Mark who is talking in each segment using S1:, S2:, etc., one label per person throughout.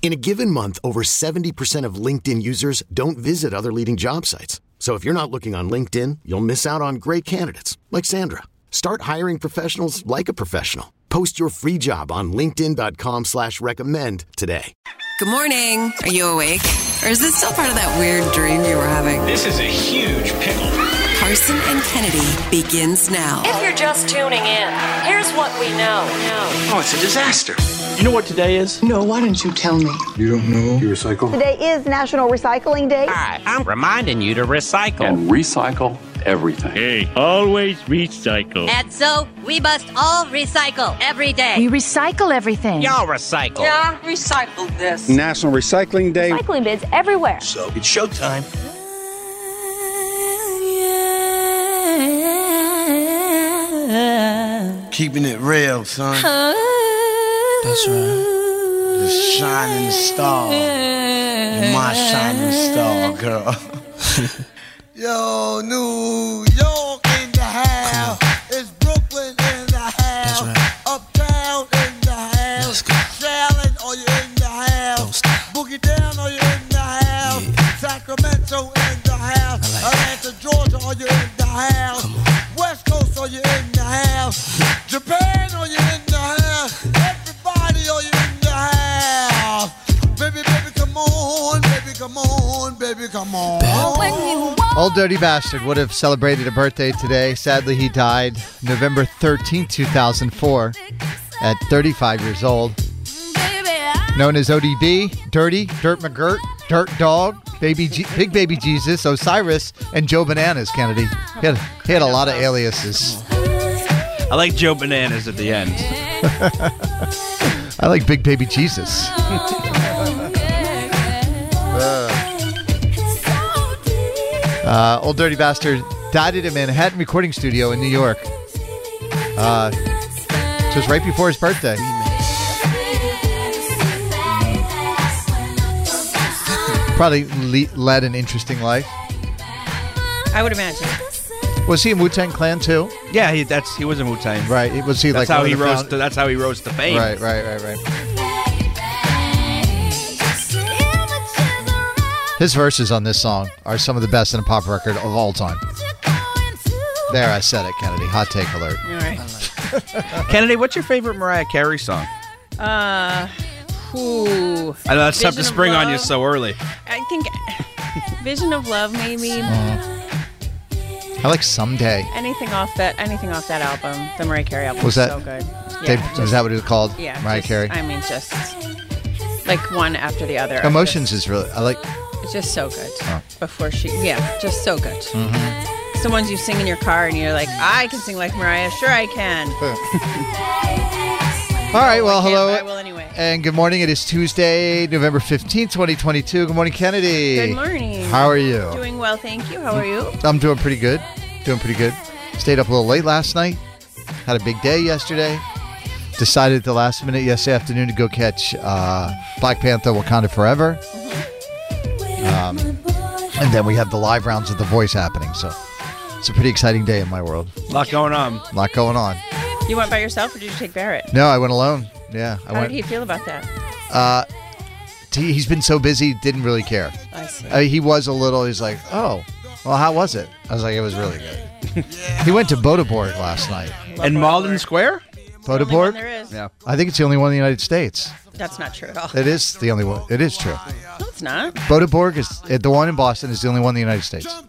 S1: In a given month, over 70% of LinkedIn users don't visit other leading job sites. So if you're not looking on LinkedIn, you'll miss out on great candidates like Sandra. Start hiring professionals like a professional. Post your free job on linkedin.com slash recommend today.
S2: Good morning. Are you awake? Or is this still part of that weird dream you were having?
S3: This is a huge pickle.
S2: Carson and Kennedy begins now.
S4: If you're just tuning in, here's what we know.
S3: Oh, it's a disaster.
S5: You know what today is?
S6: No, why don't you tell me?
S7: You don't know you recycle?
S8: Today is National Recycling Day.
S9: Hi, I'm reminding you to recycle.
S10: And recycle everything.
S11: Hey, always recycle.
S12: And so we must all recycle every day.
S13: We recycle everything.
S9: Y'all recycle.
S6: Yeah, recycle this.
S14: National Recycling Day.
S15: Recycling bins everywhere.
S3: So it's showtime.
S15: Oh.
S16: Keeping it real, son. That's right. The shining star. You're my shining star, girl. Yo, New York in the house. It's Brooklyn in the house. Right. Uptown in the house. Shaolin, are you in the house? Boogie Down, are you in the house? Sacramento in the house. Atlanta, Georgia, are you in the house? West Coast, are you in the house? Japan, are you in the house? Everybody, are you in the house? Baby, baby, come on, baby, come on, baby, come on.
S17: Old Dirty Bastard would have celebrated a birthday today. Sadly, he died November 13, 2004, at 35 years old. Known as ODB, Dirty, Dirt McGirt, Dirt Dog, Baby G- Big Baby Jesus, Osiris, and Joe Bananas, Kennedy. He had, he had a lot of aliases.
S5: I like Joe Bananas at the end.
S17: I like Big Baby Jesus. Uh, Old Dirty Bastard died at a Manhattan recording studio in New York. Uh, it was right before his birthday. Probably le- led an interesting life.
S18: I would imagine.
S17: Was he in Wu Tang Clan too?
S5: Yeah, he, that's he was a Wu Tang.
S17: Right. It was he
S5: That's
S17: like
S5: how
S17: one
S5: he
S17: of the
S5: rose.
S17: found-
S5: To, that's how he rose to fame.
S17: Right, right, right, right. His verses on this song are some of the best in a pop record of all time. There, I said it, Kennedy. Hot take alert.
S18: All right.
S5: Kennedy, what's your favorite Mariah Carey song?
S18: Uh, ooh.
S5: I know that's tough to
S18: Vision of
S5: spring on you
S18: Love.
S5: so early.
S18: I think Vision of Love, maybe
S17: I like Someday.
S18: anything off that anything off that album, the Mariah Carey album.
S17: Was that-
S18: so good? Yeah,
S17: Dave, is that what it was called?
S18: yeah,
S17: Mariah
S18: just-
S17: Carey.
S18: I mean, just like one after the other.
S17: Emotions is really. I like.
S18: Just, just so good. Before she, yeah, just so good.
S17: Mm-hmm.
S18: It's The ones you sing in your car, and you're like, I can sing like Mariah. Sure, I can.
S17: All right. Well,
S18: I
S17: hello
S18: can't, but I will anyway.
S17: and good morning. It is Tuesday, November fifteenth, twenty twenty-two. Good morning, Kennedy.
S18: Good morning.
S17: How are you?
S18: Doing well, thank you. How are you?
S17: I'm doing pretty good. Doing pretty good. Stayed up a little late last night. Had a big day yesterday. Decided at the last minute yesterday afternoon to go catch uh, Black Panther Wakanda Forever. Um, and then we have the live rounds of The Voice happening. So it's a pretty exciting day in my world.
S5: A lot going on.
S17: A lot going on.
S18: You went by yourself, or did you take Barrett?
S17: No, I went alone. Yeah,
S18: How
S17: I went.
S18: did he feel about that?
S17: uh, he, he's been so busy, didn't really care.
S18: I see.
S17: Uh, he was a little. He's like, oh, well, how was it? I was like, it was really good. he went to Bodeborg last night.
S5: And Malden Square?
S18: Only one there
S17: Bodeborg?
S18: is. Oh.
S5: Yeah.
S17: I think it's the only one in the United States.
S18: That's not true at all.
S17: It is the only one. It is true.
S18: No, it's not.
S17: Bodeborg is uh, the one in Boston is the only one in the United States.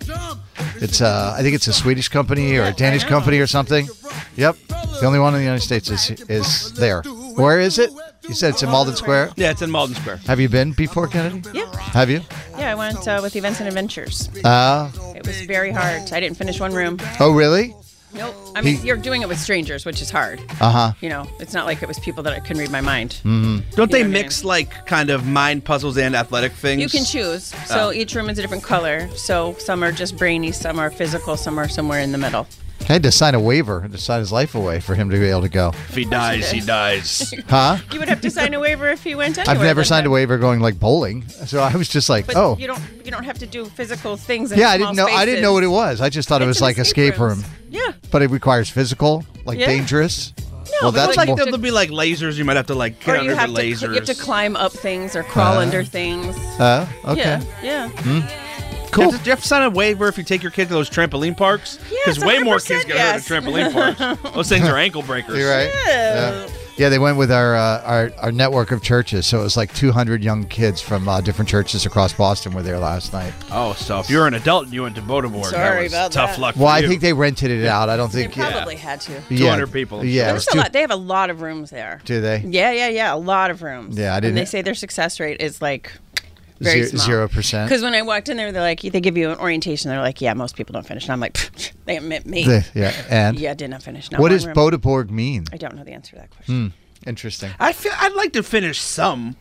S17: It's uh, I think it's a Swedish company or a Danish company or something. Yep. The only one in the United States is is there. Where is it? You said it's in Malden Square.
S5: Yeah, it's in Malden Square.
S17: Have you been before, Kennedy?
S18: Yeah.
S17: Have you?
S18: Yeah, I went uh, with Events and Adventures.
S17: Uh,
S18: It was very hard. I didn't finish one room.
S17: oh, really?
S18: Nope. I mean,
S17: He-
S18: you're doing it with strangers, which is hard.
S17: Uh huh.
S18: You know, it's not like it was people that I couldn't read my mind.
S17: Mm-hmm.
S5: Don't they mix like kind of mind puzzles and athletic things?
S18: You can choose.
S17: Ah.
S18: So e-
S5: Oh.
S18: each room is a different color. So some are just brainy, some are physical, some are somewhere in the middle.
S17: I had to sign a waiver, to sign his life away for him to be able to go.
S5: If he dies, he dies.
S17: Huh?
S18: You would have to sign a waiver if you went anywhere.
S17: I've never
S18: then.
S17: signed a waiver going like bowling, so I was just like,
S18: But
S17: oh,
S18: you don't you don't have to do physical things. In
S17: yeah. I
S18: small
S17: didn't know. I didn't know what it
S18: spaces.
S17: was. I just thought it was like escape room.
S18: Yeah.
S17: But it requires physical, like
S18: Yeah.
S17: dangerous.
S18: but like
S17: more-
S18: the-
S5: There'll be like lasers. You might have to like
S18: Or
S5: get
S18: you
S5: under
S18: have,
S5: the
S18: to, you
S5: lasers.
S18: have to climb up things or crawl
S5: Uh,
S18: under things.
S17: Uh, okay. Hmm.
S18: Yeah, yeah.
S5: Cool. You have, to, you have to sign a waiver if you take your kid to those trampoline parks. Because way more kids get hurt at trampoline parks. Those things are ankle breakers.
S17: You're right. Yeah. Yeah, they went with our, uh, our our network of churches, so it was like 200 young kids from uh, different churches across Boston were there last night.
S5: Oh, so if you're an adult and you went to Baltimore, that
S18: Sorry
S5: was
S18: about
S5: tough
S18: that.
S5: luck.
S17: Well,
S5: for
S17: I
S5: you.
S17: think they rented it out. I don't
S18: They
S17: think
S18: probably had to.
S17: Yeah.
S5: 200 people, I'm
S17: Yeah,
S5: sure.
S17: it
S18: There's
S17: was
S18: a
S17: two-
S18: lot. They have a lot of rooms there.
S17: Do they?
S18: Yeah, yeah, yeah. A lot of rooms.
S17: Yeah, I didn't-
S18: And they say their success rate is like very
S17: Zero-
S18: small.
S17: zero percent.
S18: Because when I walked in there, they're like, they give you an orientation. They're like, yeah, most people don't finish. And I'm like, "Pfft, they admit me.
S17: The- yeah, and
S18: yeah, I did not finish. Not
S17: What
S18: one
S17: does
S18: room.
S17: Bodeborg mean?
S18: I don't know the answer to that question.
S17: Hmm. Interesting.
S5: I feel I'd like to finish some.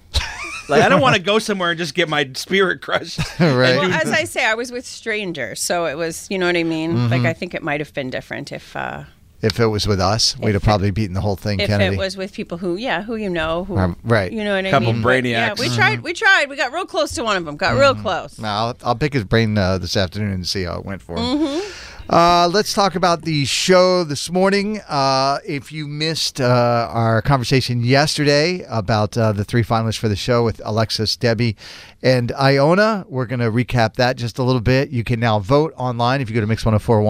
S5: Like I don't want to go somewhere and just get my spirit crushed.
S17: right.
S18: Well, as I say, I was with strangers, so it was, you know what I mean.
S17: Mhm.
S18: Like I think it might have been different if uh,
S17: If it was with us, we'd have probably beaten the whole thing,
S18: if
S17: Kennedy.
S18: it was with people who, yeah, who you know, who,
S17: Um, right.
S18: You know what
S17: Couple
S18: I mean. But,
S17: brainiacs.
S18: Yeah, we
S17: Mhm.
S18: tried. We tried. We got real close to one of them. Got real
S17: Mm-hmm.
S18: close.
S17: No, I'll, I'll pick his brain uh, this afternoon and see how it went for him.
S18: Mhm.
S17: Uh, let's talk about the show this morning. Uh, if you missed uh, our conversation yesterday about uh, the three finalists for the show with Alexis, Debbie, and Iona, we're going to recap that just a little bit. You can now vote online if you go to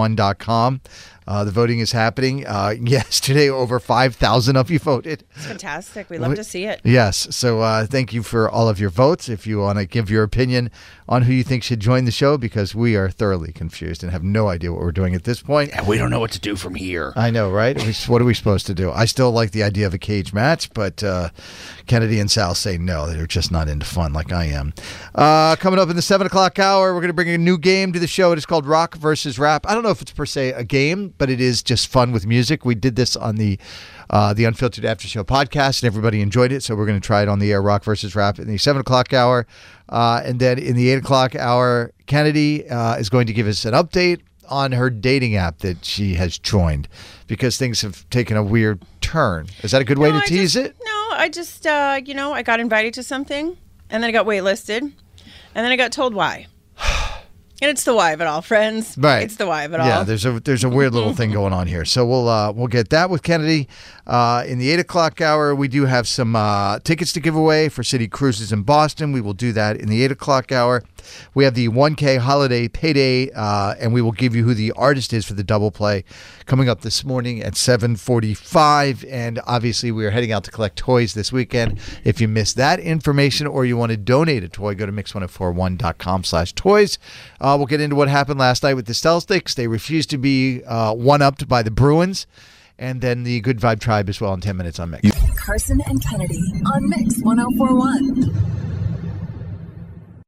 S17: mix1041.com. Uh, the voting is happening. Uh, yesterday, over 5,000 of you voted.
S18: It's fantastic. We love
S17: We-
S18: to see it.
S17: Yes. So uh, thank you for all of your votes. If you want to give your opinion on who you think should join the show, because we are thoroughly confused and have no idea what we're doing at this point.
S5: And we don't know what to do from here.
S17: I know, right? We- What are we supposed to do? I still like the idea of a cage match, but uh, Kennedy and Sal say no. They're just not into fun like I am. Uh, coming up in the seven o'clock hour, we're going to bring a new game to the show. It is called Rock versus Rap. I don't know if it's per se a game, but it is just fun with music. We did this on the uh, the Unfiltered After Show podcast, and everybody enjoyed it. So we're going to try it on the air, Rock versus Rap, in the seven o'clock hour, uh, and then in the eight o'clock hour, Kennedy uh, is going to give us an update on her dating app that she has joined because things have taken a weird turn. Is that a good way to tease it?
S18: No, I just, uh, you know, I got invited to something, and then I got waitlisted, and then I got told why. And it's the why of it all, friends.
S17: Right.
S18: It's the why of it
S17: Yeah,
S18: all.
S17: there's a there's a weird little thing going on here. So we'll uh, we'll get that with Kennedy uh, in the eight o'clock hour. We do have some uh, tickets to give away for city cruises in Boston. We will do that in the eight o'clock hour. We have the one K holiday payday, uh, and we will give you who the artist is for the double play coming up this morning at seven forty five. And obviously, we are heading out to collect toys this weekend. If you missed that information or you want to donate a toy, go to mix1041.com slash toys. Uh, we'll get into what happened last night with the Celtics. They refused to be uh, one upped by the Bruins. And then the Good Vibe Tribe as well in 10 minutes on Mix.
S19: Carson and Kennedy on Mix 1041.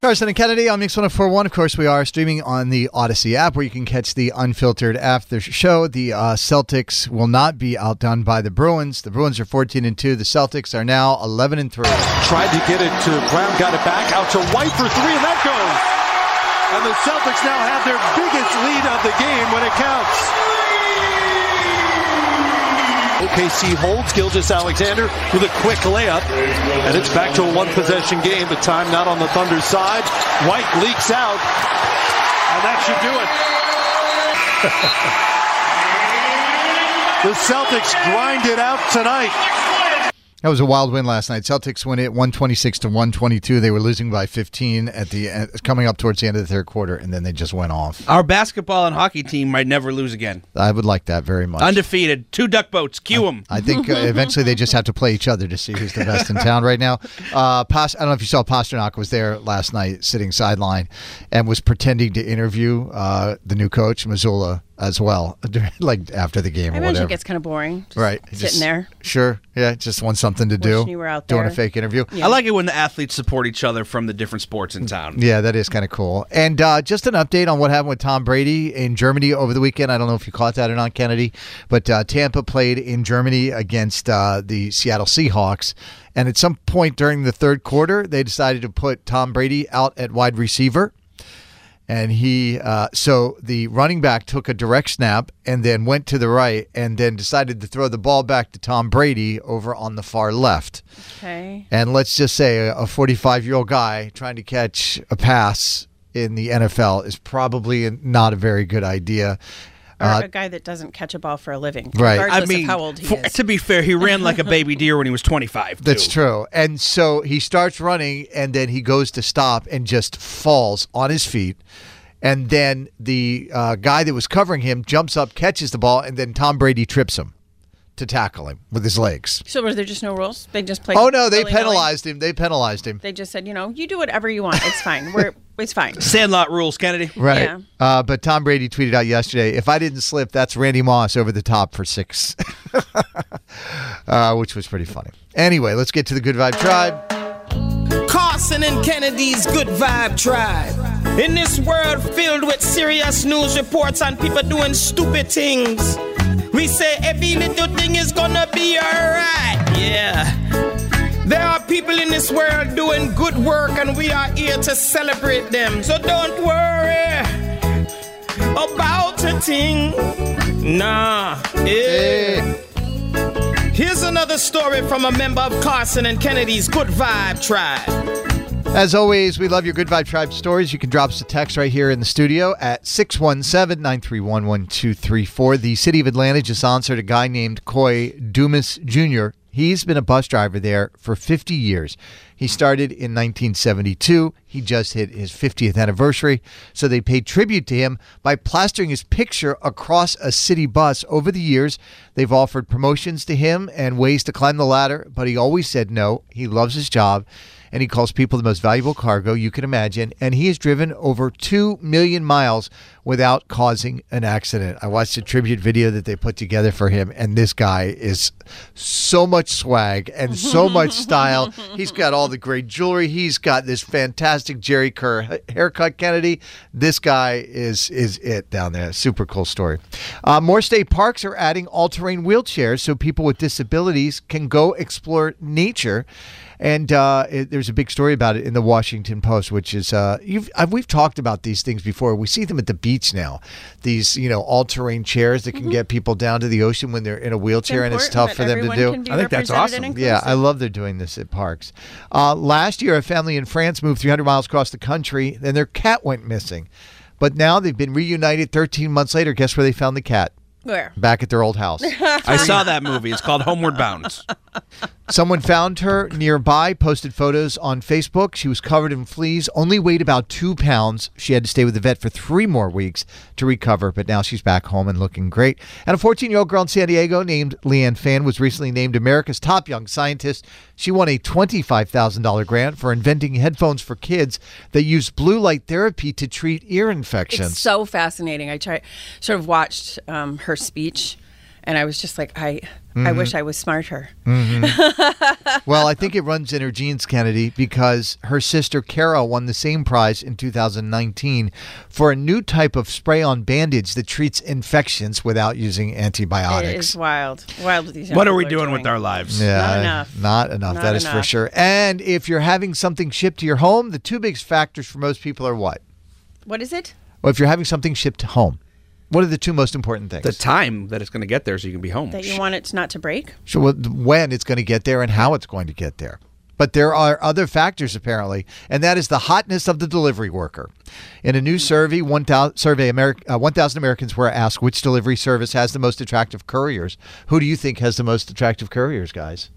S17: Carson and Kennedy on Mix 1041. Of course, we are streaming on the Odyssey app where you can catch the unfiltered after show. The uh, Celtics will not be outdone by the Bruins. The Bruins are 14 and 2. The Celtics are now 11 and 3.
S20: Tried to get it to Brown, got it back out to White for three, and that goes. And the Celtics now have their biggest lead of the game when it counts. OKC holds Gilgis Alexander with a quick layup, and it's back to a one possession game, but time not on the Thunder's side. White leaks out, and that should do it. the Celtics grind it out tonight.
S17: That was a wild win last night. Celtics win it 126 to 122. They were losing by 15 at the end, coming up towards the end of the third quarter, and then they just went off.
S5: Our basketball and hockey team might never lose again.
S17: I would like that very much.
S5: Undefeated, two duck boats. Cue them.
S17: I think uh, eventually they just have to play each other to see who's the best in town right now. Uh, Pos- I don't know if you saw Pasternak was there last night, sitting sideline, and was pretending to interview uh, the new coach Missoula as well, like after the game
S18: I
S17: or
S18: imagine
S17: whatever.
S18: it gets kind of boring. Just
S17: right,
S18: Sitting there.
S17: Sure, yeah, just want something to do.
S18: Wishing you were out
S17: Doing a
S18: there.
S17: fake interview.
S5: I like it when the athletes support each other from the different sports in town.
S17: Yeah, that is kind of cool. And uh, just an update on what happened with Tom Brady in Germany over the weekend. I don't know if you caught that or not, Kennedy, but uh, Tampa played in Germany against uh, the Seattle Seahawks. And at some point during the third quarter, they decided to put Tom Brady out at wide receiver. And he, uh, so the running back took a direct snap and then went to the right and then decided to throw the ball back to Tom Brady over on the far left.
S18: Okay.
S17: And let's just say a 45 year old guy trying to catch a pass in the NFL is probably not a very good idea.
S18: Or
S17: Uh,
S18: a guy that doesn't catch a ball for a living,
S17: Right.
S18: regardless
S17: I mean,
S18: of how old he
S5: For-
S18: is.
S5: to be fair, he ran like a baby deer when he was 25.
S17: that's true. And so he starts running and then he goes to stop and just falls on his feet. And then the uh, guy that was covering him jumps up, catches the ball, and then Tom Brady trips him to tackle him with his legs.
S18: So were there just no rules? They just played.
S17: Oh, no, they
S18: willy-nilly?
S17: penalized him. They penalized him.
S18: They just said, you know, you do whatever you want. It's fine. We're it's fine.
S5: Sandlot rules, Kennedy.
S17: Right. Uh, but Tom Brady tweeted out yesterday if I didn't slip, that's Randy Moss over the top for six, uh, which was pretty funny. Anyway, let's get to the Good Vibe Tribe.
S21: Carson and Kennedy's Good Vibe Tribe. In this world filled with serious news reports and people doing stupid things, we say every little thing is gonna be alright. Yeah. There are people in this world doing good work and we are here to celebrate them. So don't worry about a thing. Nah. Yeah. Here's another story from a member of Carson and Kennedy's Good Vibe Tribe.
S17: As always, we love your Good Vibe Tribe stories. You can drop us a text right here in the studio at 617 931 1234. The city of Atlanta just answered a guy named Coy Dumas Jr. He's been a bus driver there for 50 years. He started in 1972. He just hit his 50th anniversary. So they paid tribute to him by plastering his picture across a city bus. Over the years, they've offered promotions to him and ways to climb the ladder, but he always said no. He loves his job and he calls people the most valuable cargo you can imagine. And he has driven over 2 million miles without causing an accident. I watched a tribute video that they put together for him, and this guy is so much swag and so much style. He's got all the great jewelry, he's got this fantastic Jerry Kerr ha- haircut, Kennedy. This guy is, is it down there. Super cool story. Uh, more state parks are adding all terrain wheelchairs so people with disabilities can go explore nature. And uh, it, there's a big story about it in the Washington Post, which is uh, you've, i we've talked about these things before. We see them at the beach now. These you know all terrain chairs that can get people down to the ocean when they're in a wheelchair, and it's
S15: Mm-hmm. important
S17: tough for
S15: that
S17: them to
S15: everyone
S17: do.
S15: can be I think that's represented and awesome.
S17: Yeah, I love they're doing this at parks. Uh, last year, a family in France moved 300 miles across the country, then their cat went missing. But now they've been reunited 13 months later. Guess where they found the cat?
S18: Where?
S17: Back at their old house.
S5: I saw that movie. It's called Homeward Bound.
S17: Someone found her nearby, posted photos on Facebook. She was covered in fleas, only weighed about two pounds. She had to stay with the vet for three more weeks to recover, but now she's back home and looking great. And a 14 year old girl in San Diego named Leanne Fan was recently named America's top young scientist. She won a $25,000 grant for inventing headphones for kids that use blue light therapy to treat ear infections.
S18: It's so fascinating. I try, sort of watched um, her speech, and I was just like, I, I
S17: Mhm.
S18: wish I was smarter.
S17: Mhm. well, I think it runs in her genes, Kennedy, because her sister Kara won the same prize in 2019 for a new type of spray on bandage that treats infections without using
S18: It
S17: antibiotics.
S18: is wild, wild with these. young
S5: What are we
S18: people
S5: doing, with our lives?
S17: Yeah,
S18: Not enough.
S17: Not enough.
S18: Not
S17: that is for
S18: enough.
S17: sure. And if you're having something shipped to your home, the two biggest factors for most people are what?
S18: What is it?
S17: Well, if you're having something shipped home, what are the two most important things?
S5: The time that it's going to get there so you can be home.
S18: That you want it not to break?
S17: So what- when it's going to get there and how it's going to get there. But there are other factors apparently, and that is the hotness of the delivery worker. In a new survey, 1,000 survey Ameri- uh, 1,000 Americans were asked which delivery service has the most attractive couriers. Who do you think has the most attractive couriers, guys?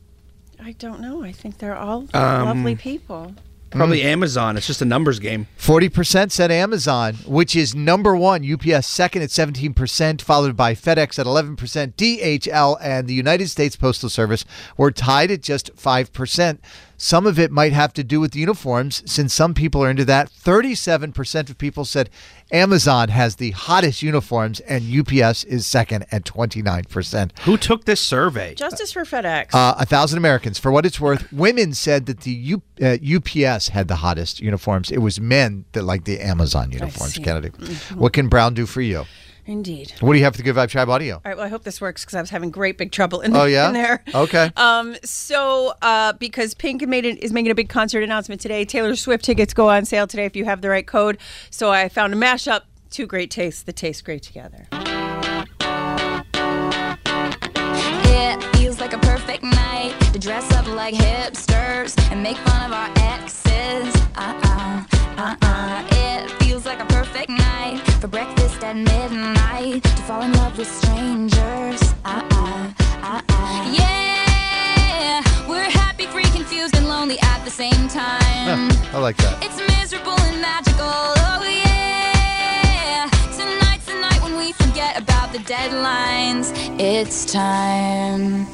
S18: I don't know. I think they're all
S5: Um,
S18: lovely people.
S5: Probably
S17: Mm.
S5: Amazon. It's just a numbers game.
S17: 40% said Amazon, which is number one, UPS second at 17%, followed by FedEx at 11%, DHL and the United States Postal Service were tied at just 5%. Some of it might have to do with the uniforms, since some people are into that. 37% of people said Amazon has the hottest uniforms, and UPS is second at 29%.
S5: Who took this survey?
S18: Justice for FedEx.
S17: Uh, a thousand Americans. For what it's worth, women said that the U- uh, UPS had the hottest uniforms. It was men that liked the Amazon uniforms.
S18: see.
S17: Kennedy,
S18: Mhm.
S17: what can Brown do for you?
S18: Indeed.
S17: What do you have to give Vibe Tribe Audio?
S18: All right. Well, I hope this works because I was having great big trouble in,
S17: Oh, yeah?
S18: in there.
S17: Okay.
S18: Um. So, uh, because Pink made it, is making a big concert announcement today. Taylor Swift tickets go on sale today if you have the right code. So I found a mashup. Two great tastes that taste great together.
S15: Yeah, feels like a perfect night to dress up like hipsters and make fun of our exes. Uh uh, uh uh. It feels like a perfect night for breakfast at midnight to fall in love with strangers. Uh uh, uh uh. Yeah, we're happy, free, confused, and lonely at the same time.
S17: I like that.
S15: It's miserable and magical. Oh yeah. Tonight's the night when we forget about the deadlines. It's time.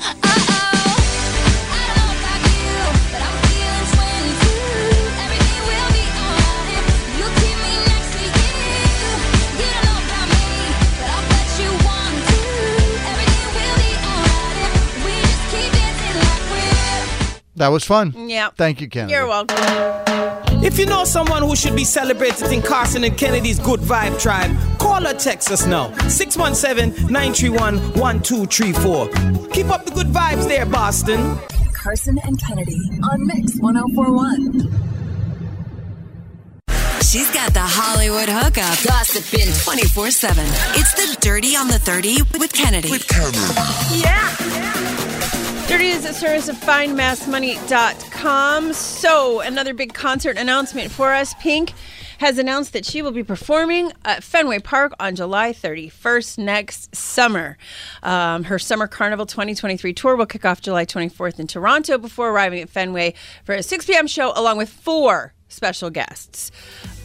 S17: That was fun.
S18: Yeah.
S17: Thank you, Kennedy.
S18: You're welcome.
S21: If you know someone who should be celebrated in Carson and Kennedy's Good Vibe Tribe, call or text us now. 617-931-1234. Keep up the good vibes there, Boston.
S19: Carson and Kennedy on Mix 1041.
S2: She's got the Hollywood hookup, gossiping 24 7. It's the Dirty on the 30 with Kennedy. With Kennedy.
S18: Yeah. Dirty is a service of findmassmoney.com. So, another big concert announcement for us. Pink has announced that she will be performing at Fenway Park on July 31st next summer. Um, her Summer Carnival 2023 tour will kick off July 24th in Toronto before arriving at Fenway for a 6 p.m. show along with four special guests.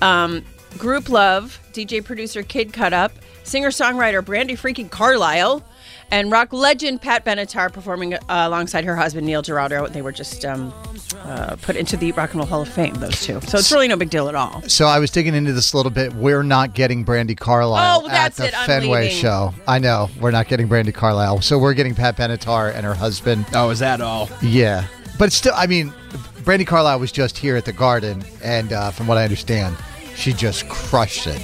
S18: Um, Group Love, DJ producer Kid Cut Up, singer songwriter Brandy Freaking Carlisle, and rock legend Pat Benatar performing uh, alongside her husband Neil Gerardo. They were just um, uh, put into the Rock and Roll Hall of Fame, those two. So it's really no big deal at all.
S17: So I was digging into this a little bit. We're not getting Brandy Carlisle
S18: Oh,
S17: at
S18: that's
S17: the
S18: it. I'm
S17: Fenway
S18: leaving.
S17: show. I know we're not getting Brandy Carlisle. So we're getting Pat Benatar and her husband.
S5: Oh, is that all?
S17: Yeah, but still, I mean, Brandy Carlisle was just here at the Garden, and uh, from what I understand, she just crushed it.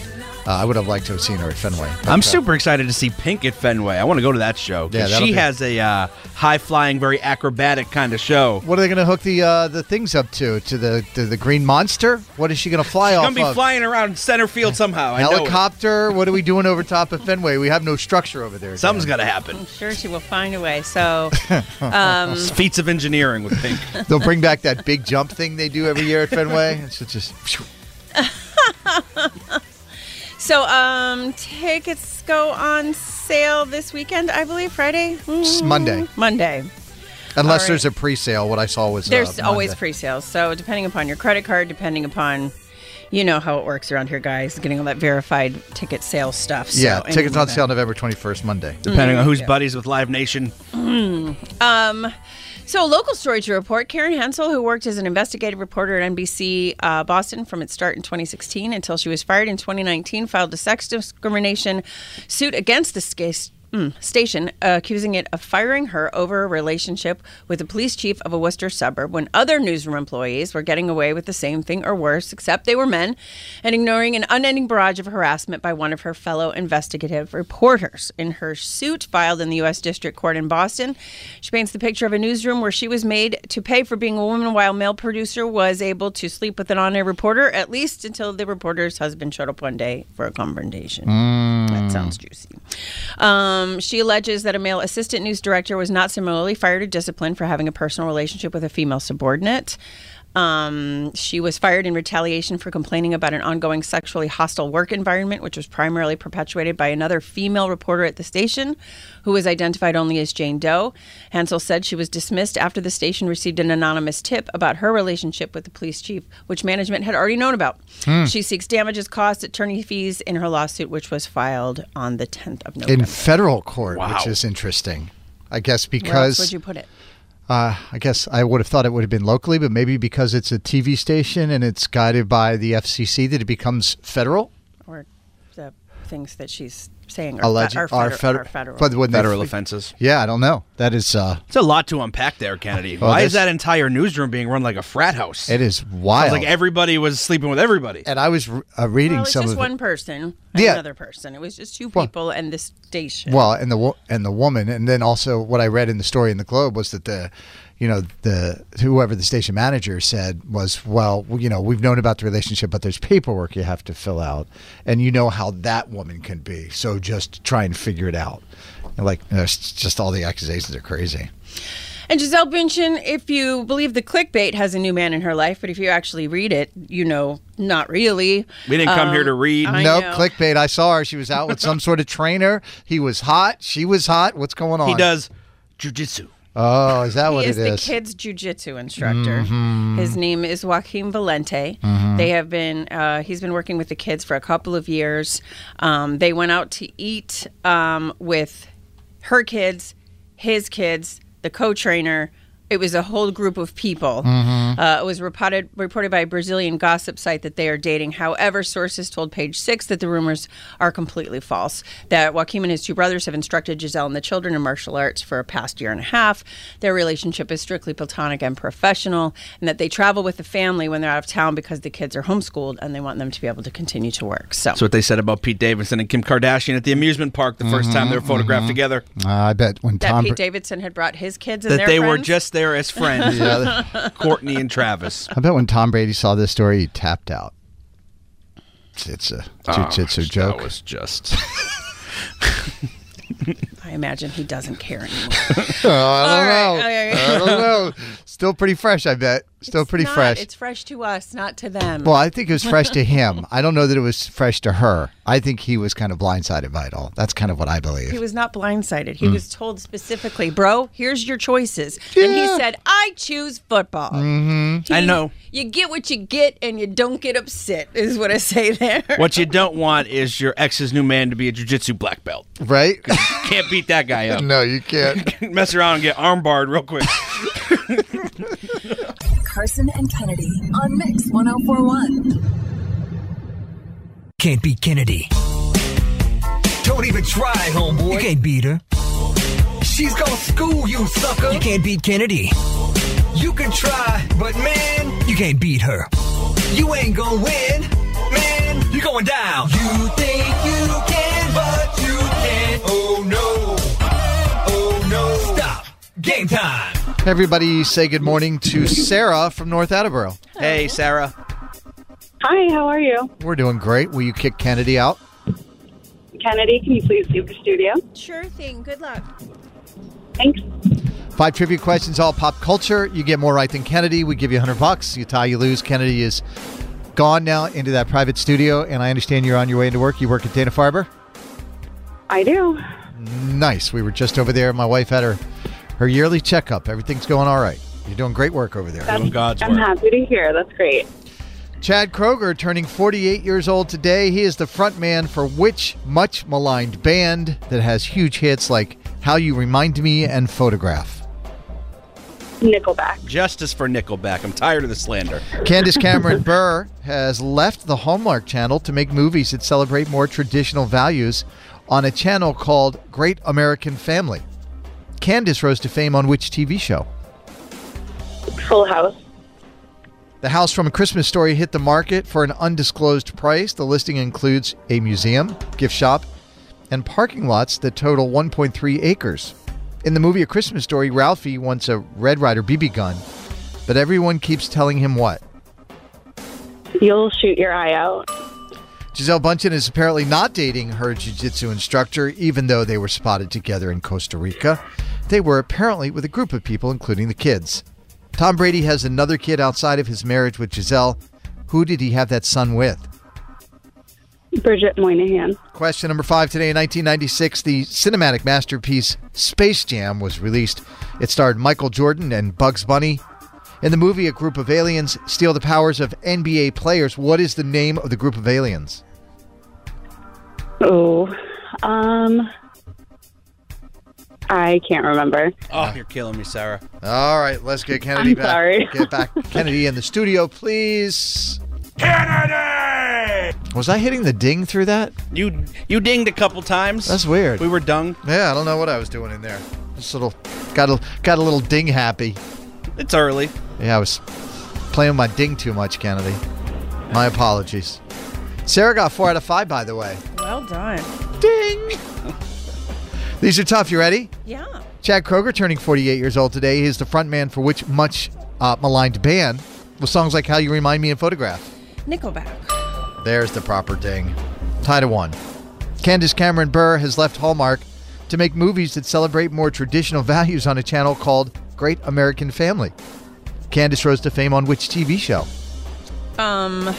S17: Uh, I would have liked to have seen her at Fenway.
S5: I'm super excited to see Pink at Fenway. I want to go to that show. 'cause
S17: Yeah, that'll
S5: she
S17: be-
S5: has a uh, high flying, very acrobatic kind of show.
S17: What are they going to hook the uh, the things up to? To the to the green monster? What is she going to fly
S5: She's
S17: off
S5: gonna be
S17: of?
S5: flying around center field somehow. I know it.
S17: Helicopter? What are we doing over top of Fenway? We have no structure over there.
S5: Something's got to happen.
S18: I'm sure she will find a way. So,
S17: Um,
S5: Feats of engineering with Pink.
S17: They'll bring back that big jump thing they do every year at Fenway. It's just
S18: so um, tickets go on sale this weekend, I believe, Friday? Mm-hmm.
S17: it's Monday.
S18: Monday.
S17: Unless
S18: All right.
S17: there's a pre-sale, what I saw was uh,
S18: There's always
S17: Monday.
S18: pre-sales. So depending upon your credit card, depending upon you know how it works around here, guys, getting all that verified ticket sale stuff. So
S17: yeah, tickets
S18: anyway. Mm-hmm.
S17: on sale November 21st, Monday.
S5: Depending on who's buddies with Live Nation.
S18: Mm. um, so, a local story to report Karen Hensel, who worked as an investigative reporter at NBC uh, Boston from its start in 2016 until she was fired in 2019, filed a sex discrimination suit against the scase-
S2: Hmm.
S18: mm, station, uh, accusing it of firing her over a relationship with the police chief of a Worcester suburb when other newsroom employees were getting away with the same thing or worse, except they were men, and ignoring an unending barrage of harassment by one of her fellow investigative reporters. In her suit filed in the U.S. District Court in Boston, she paints the picture of a newsroom where she was made to pay for being a woman while male producer was able to sleep with an on air reporter, at least until the reporter's husband showed up one day for a confrontation. That sounds juicy. Um, she alleges that a male assistant news director was not similarly fired or disciplined for having a personal relationship with a female subordinate. Um, she was fired in retaliation for complaining about an ongoing sexually hostile work environment, which was primarily perpetuated by another female reporter at the station, who was identified only as Jane Doe. Hansel said she was dismissed after the station received an anonymous tip about her relationship with the police chief, which management had already known about.
S17: Hmm.
S18: She seeks damages, costs, attorney fees in her lawsuit, which was filed on the 10th of November.
S17: In federal court,
S18: Wow.
S17: which is interesting. I guess
S18: Where else would
S17: because
S18: you put it?
S17: Uh, I guess I would have thought it would have been locally, but maybe because it's a TV station and it's guided by the FCC that it becomes federal.
S18: or the things that she's saying are,
S17: Alleged,
S18: fe- are,
S17: are
S18: feder-
S17: fed-
S18: are federal.
S17: but when they-
S5: Federal offenses.
S17: Yeah, I don't know. That is uh,
S5: It's a lot to unpack there, Kennedy.
S17: Well,
S5: Why is
S17: this-
S5: that entire newsroom being run like a frat house?
S17: it is
S5: Sounds
S17: wild.
S5: like everybody was sleeping with everybody.
S17: and I was re- uh, reading
S18: well, it's
S17: some
S18: just
S17: of it.
S18: one person and
S17: Yeah.
S18: another person. It was just two people and this station.
S17: Well, and the wo- and the woman, and then also what I read in the story in the Globe was that the, you know, the whoever the station manager said was, well, you know, we've known about the relationship, but there's paperwork you have to fill out, and you know how that woman can be, so just try and figure it out. And like, you know, it's just all the accusations are crazy.
S18: And Giselle Bündchen, if you believe the clickbait, has a new man in her life. But if you actually read it, you know, not really. Um, I
S17: Nope,
S18: know.
S17: clickbait. I saw her. She was out with some sort of trainer. He was hot. She was hot. What's going on?
S5: He does jujitsu.
S17: Oh, is that
S18: He
S17: what
S18: is
S17: it
S18: the
S17: is?
S18: kids' jujitsu instructor.
S17: Mhm.
S18: His name is Joaquin Valente.
S17: Mhm.
S18: They have been. Uh, he's been working with the kids for a couple of years. Um, they went out to eat um, with her kids, his kids, the co-trainer. It was a whole group of people.
S5: Mm-hmm.
S22: Mhm.
S18: Uh, it was reported reported by a Brazilian gossip site that they are dating. However, sources told Page Six that the rumors are completely false. That Joaquim and his two brothers have instructed Giselle and the children in martial arts for a past year and a half. Their relationship is strictly platonic and professional, and that they travel with the family when they're out of town because the kids are homeschooled and they want them to be able to continue to work. So
S5: That's what they said about Pete Davidson and Kim Kardashian at the amusement park the 1st time they were
S17: Mhm,
S5: photographed
S17: mhm.
S5: together.
S17: Uh, I bet when
S18: that
S17: Tom
S18: Pete
S17: Br-
S18: Davidson had brought his kids and
S5: That
S18: their
S5: they were
S18: friends?
S5: just there as friends.
S17: Yeah,
S5: Courtney and Travis.
S17: I bet when Tom Brady saw this story, he tapped out. It's- It's a jiu-jitsu joke.
S5: Ah, That was just.
S18: I imagine he doesn't care anymore.
S17: Oh, I
S18: All
S17: don't
S18: right,
S17: know.
S18: okay.
S17: I don't know. Still pretty fresh, I bet. Still pretty
S18: Not-
S17: fresh.
S18: It's fresh to us, not to them.
S17: Well, I think it was fresh to him. I don't know that it was fresh to her. I think he was kind of blindsided by it all. That's kind of what I believe.
S18: He was not blindsided. He
S17: Mm.
S18: was told specifically, bro, here's your choices. And he said, I choose football.
S17: Mm-hmm.
S5: I know.
S18: You get what you get and you don't get upset, is what I say there.
S5: What you don't want is your ex's new man to be a jujitsu black belt.
S17: Right?
S5: Can't beat that guy up.
S17: No, you can't.
S5: Mess around and get armbarred real quick.
S19: Carson and Kennedy on Mix 1041.
S23: Can't beat Kennedy. Don't even try, homeboy. You can't beat her. She's gonna school you, sucker. You can't beat Kennedy. You can try, but man, you can't beat her. You ain't gonna win, man. You're going down. You think you can, but you can't. Oh no. Oh no. Stop. Game time.
S17: Everybody say good morning to Sarah from North Attleboro.
S5: Hey, Sarah.
S12: Hi, how are you?
S17: We're doing great. Will you kick Kennedy out?
S12: Kennedy, can you please leave the studio?
S18: Sure thing. Good luck.
S12: Thanks.
S17: Five trivia questions, all pop culture. You get more right than Kennedy. We give you 100 bucks. You tie, you lose. Kennedy is gone now into that private studio, and I understand you're on your way into work. You work at Dana Farber.
S12: I do.
S17: Nice. We were just over there. My wife had her her yearly checkup. Everything's going all right. You're doing great work over there.
S12: That's- I'm happy to hear. That's great.
S17: Chad Kroger turning 48 years old today. He is the frontman for which much maligned band that has huge hits like How You Remind Me and Photograph.
S12: Nickelback.
S5: Justice for Nickelback. I'm tired of the slander.
S17: Candace Cameron Burr has left the Hallmark Channel to make movies that celebrate more traditional values on a channel called Great American Family. Candace rose to fame on which TV show?
S12: Full House.
S17: The house from A Christmas Story hit the market for an undisclosed price. The listing includes a museum, gift shop, and parking lots that total 1.3 acres. In the movie A Christmas Story, Ralphie wants a Red Rider BB gun, but everyone keeps telling him what?
S12: You'll shoot your eye out.
S17: Giselle Bunchen is apparently not dating her jiu-jitsu instructor, even though they were spotted together in Costa Rica. They were apparently with a group of people, including the kids. Tom Brady has another kid outside of his marriage with Giselle. Who did he have that son with?
S12: Bridget Moynihan.
S17: Question number five today in 1996, the cinematic masterpiece Space Jam was released. It starred Michael Jordan and Bugs Bunny. In the movie, a group of aliens steal the powers of NBA players. What is the name of the group of aliens?
S12: Oh. Um. I can't remember.
S5: Oh, you're killing me, Sarah.
S17: All right, let's get Kennedy
S12: I'm
S17: back.
S12: sorry.
S17: Get back Kennedy in the studio, please. Kennedy! Was I hitting the ding through that?
S5: You you dinged a couple times.
S17: That's weird.
S5: We were dung.
S17: Yeah, I don't know what I was doing in there. Just little got a got a little ding happy.
S5: It's early.
S17: Yeah, I was playing with my ding too much, Kennedy. My apologies. Sarah got four out of five, by the way.
S18: Well done.
S17: Ding. These are tough. You ready?
S18: Yeah.
S17: Chad Kroger turning 48 years old today. He is the frontman for which much uh, maligned band with songs like How You Remind Me and Photograph.
S18: Nickelback.
S17: There's the proper ding. Tie to one. Candace Cameron Burr has left Hallmark to make movies that celebrate more traditional values on a channel called Great American Family. Candace rose to fame on which TV show?
S18: Um.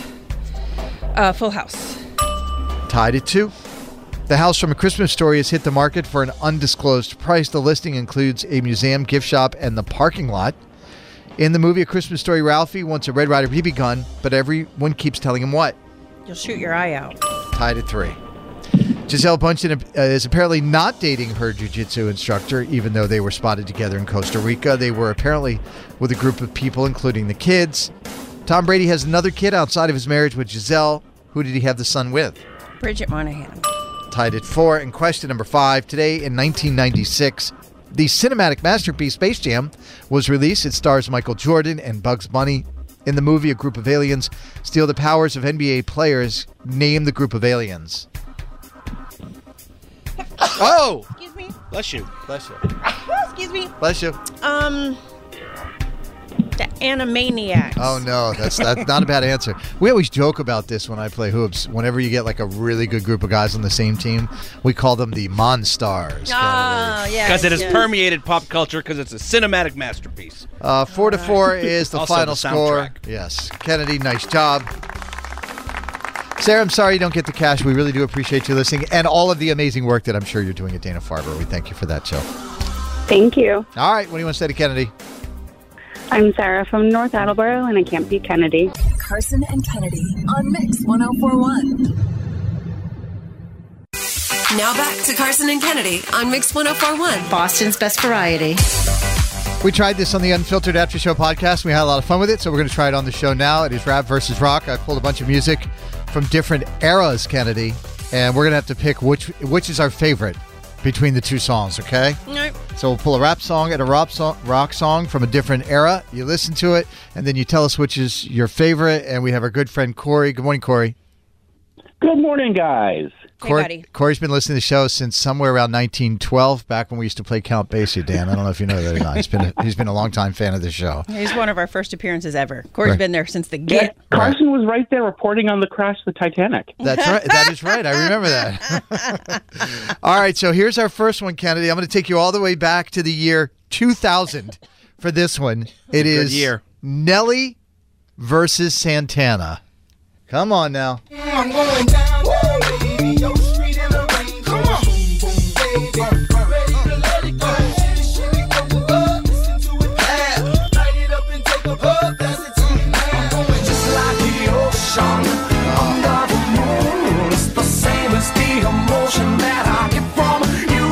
S18: Uh, Full House.
S17: Tied at two. The house from A Christmas Story has hit the market for an undisclosed price. The listing includes a museum, gift shop, and the parking lot. In the movie A Christmas Story, Ralphie wants a Red Ryder BB gun, but everyone keeps telling him what?
S18: You'll shoot your eye out.
S17: Tied at three. Giselle Bundchen uh, is apparently not dating her jiu-jitsu instructor, even though they were spotted together in Costa Rica. They were apparently with a group of people, including the kids. Tom Brady has another kid outside of his marriage with Giselle. Who did he have the son with?
S18: Bridget Monahan.
S17: tied at four. And question number five today in 1996, the cinematic masterpiece Space Jam was released. It stars Michael Jordan and Bugs Bunny. In the movie, a group of aliens steal the powers of NBA players. Name the group of aliens. Oh!
S18: Excuse me.
S5: Bless you.
S17: Bless you.
S18: Excuse me.
S17: Bless you.
S18: Um. The Animaniacs.
S17: Oh no, that's that's not a bad answer. We always joke about this when I play hoops. Whenever you get like a really good group of guys on the same team, we call them the Monstars.
S18: Oh, yeah.
S5: Because it has
S18: yes.
S5: permeated pop culture because it's a cinematic masterpiece.
S17: Uh, four to four is the
S5: Also
S17: final
S5: the
S17: score.
S5: soundtrack.
S17: Yes, Kennedy, nice job. Sarah, I'm sorry you don't get the cash. We really do appreciate you listening and all of the amazing work that I'm sure you're doing at Dana Farber. We thank you for that, Joe.
S12: Thank you.
S17: All right, what do you want to say to Kennedy?
S12: I'm Sarah from North Attleboro, and I can't be Kennedy.
S19: Carson and Kennedy on Mix 1041.
S2: Now back to Carson and Kennedy on Mix 1041. Boston's best variety.
S17: We tried this on the Unfiltered After Show podcast. We had a lot of fun with it, so we're going to try it on the show now. It is rap versus rock. I pulled a bunch of music from different eras, Kennedy, and we're going to have to pick which which is our favorite between the two songs. Okay.
S18: Nope.
S17: So we'll pull a rap song and a rock song, rock song from a different era. You listen to it, and then you tell us which is your favorite. And we have our good friend Corey. Good morning, Corey.
S7: Good morning, guys.
S17: Corey
S7: buddy.
S17: Corey's been listening to the show since somewhere around 1912, back when we used to play Count Basie. Dan, I don't know if you know that or not. He's been a, he's been a longtime fan of the show.
S18: He's one of our first appearances ever. Corey's
S17: Right.
S18: been there since the get.
S7: Carson was right there reporting on the crash of the Titanic.
S17: That's right. That is right. I remember that. all right. So here's our first one, Kennedy. I'm going to take you all the way back to the year 2000 for this one. It
S5: Good
S17: is
S5: year.
S17: Nelly versus Santana. Come on now.
S9: I'm going down, down, baby. Your street in the rain. Come on. Boom, boom, baby. Ready to let it go. Shitty, shitty, cocoa bud. Listen to it now. Light it up and take a bud. That's it to me now. I'm going just like the ocean. Under the moon. It's the same as the emotion that I get from you.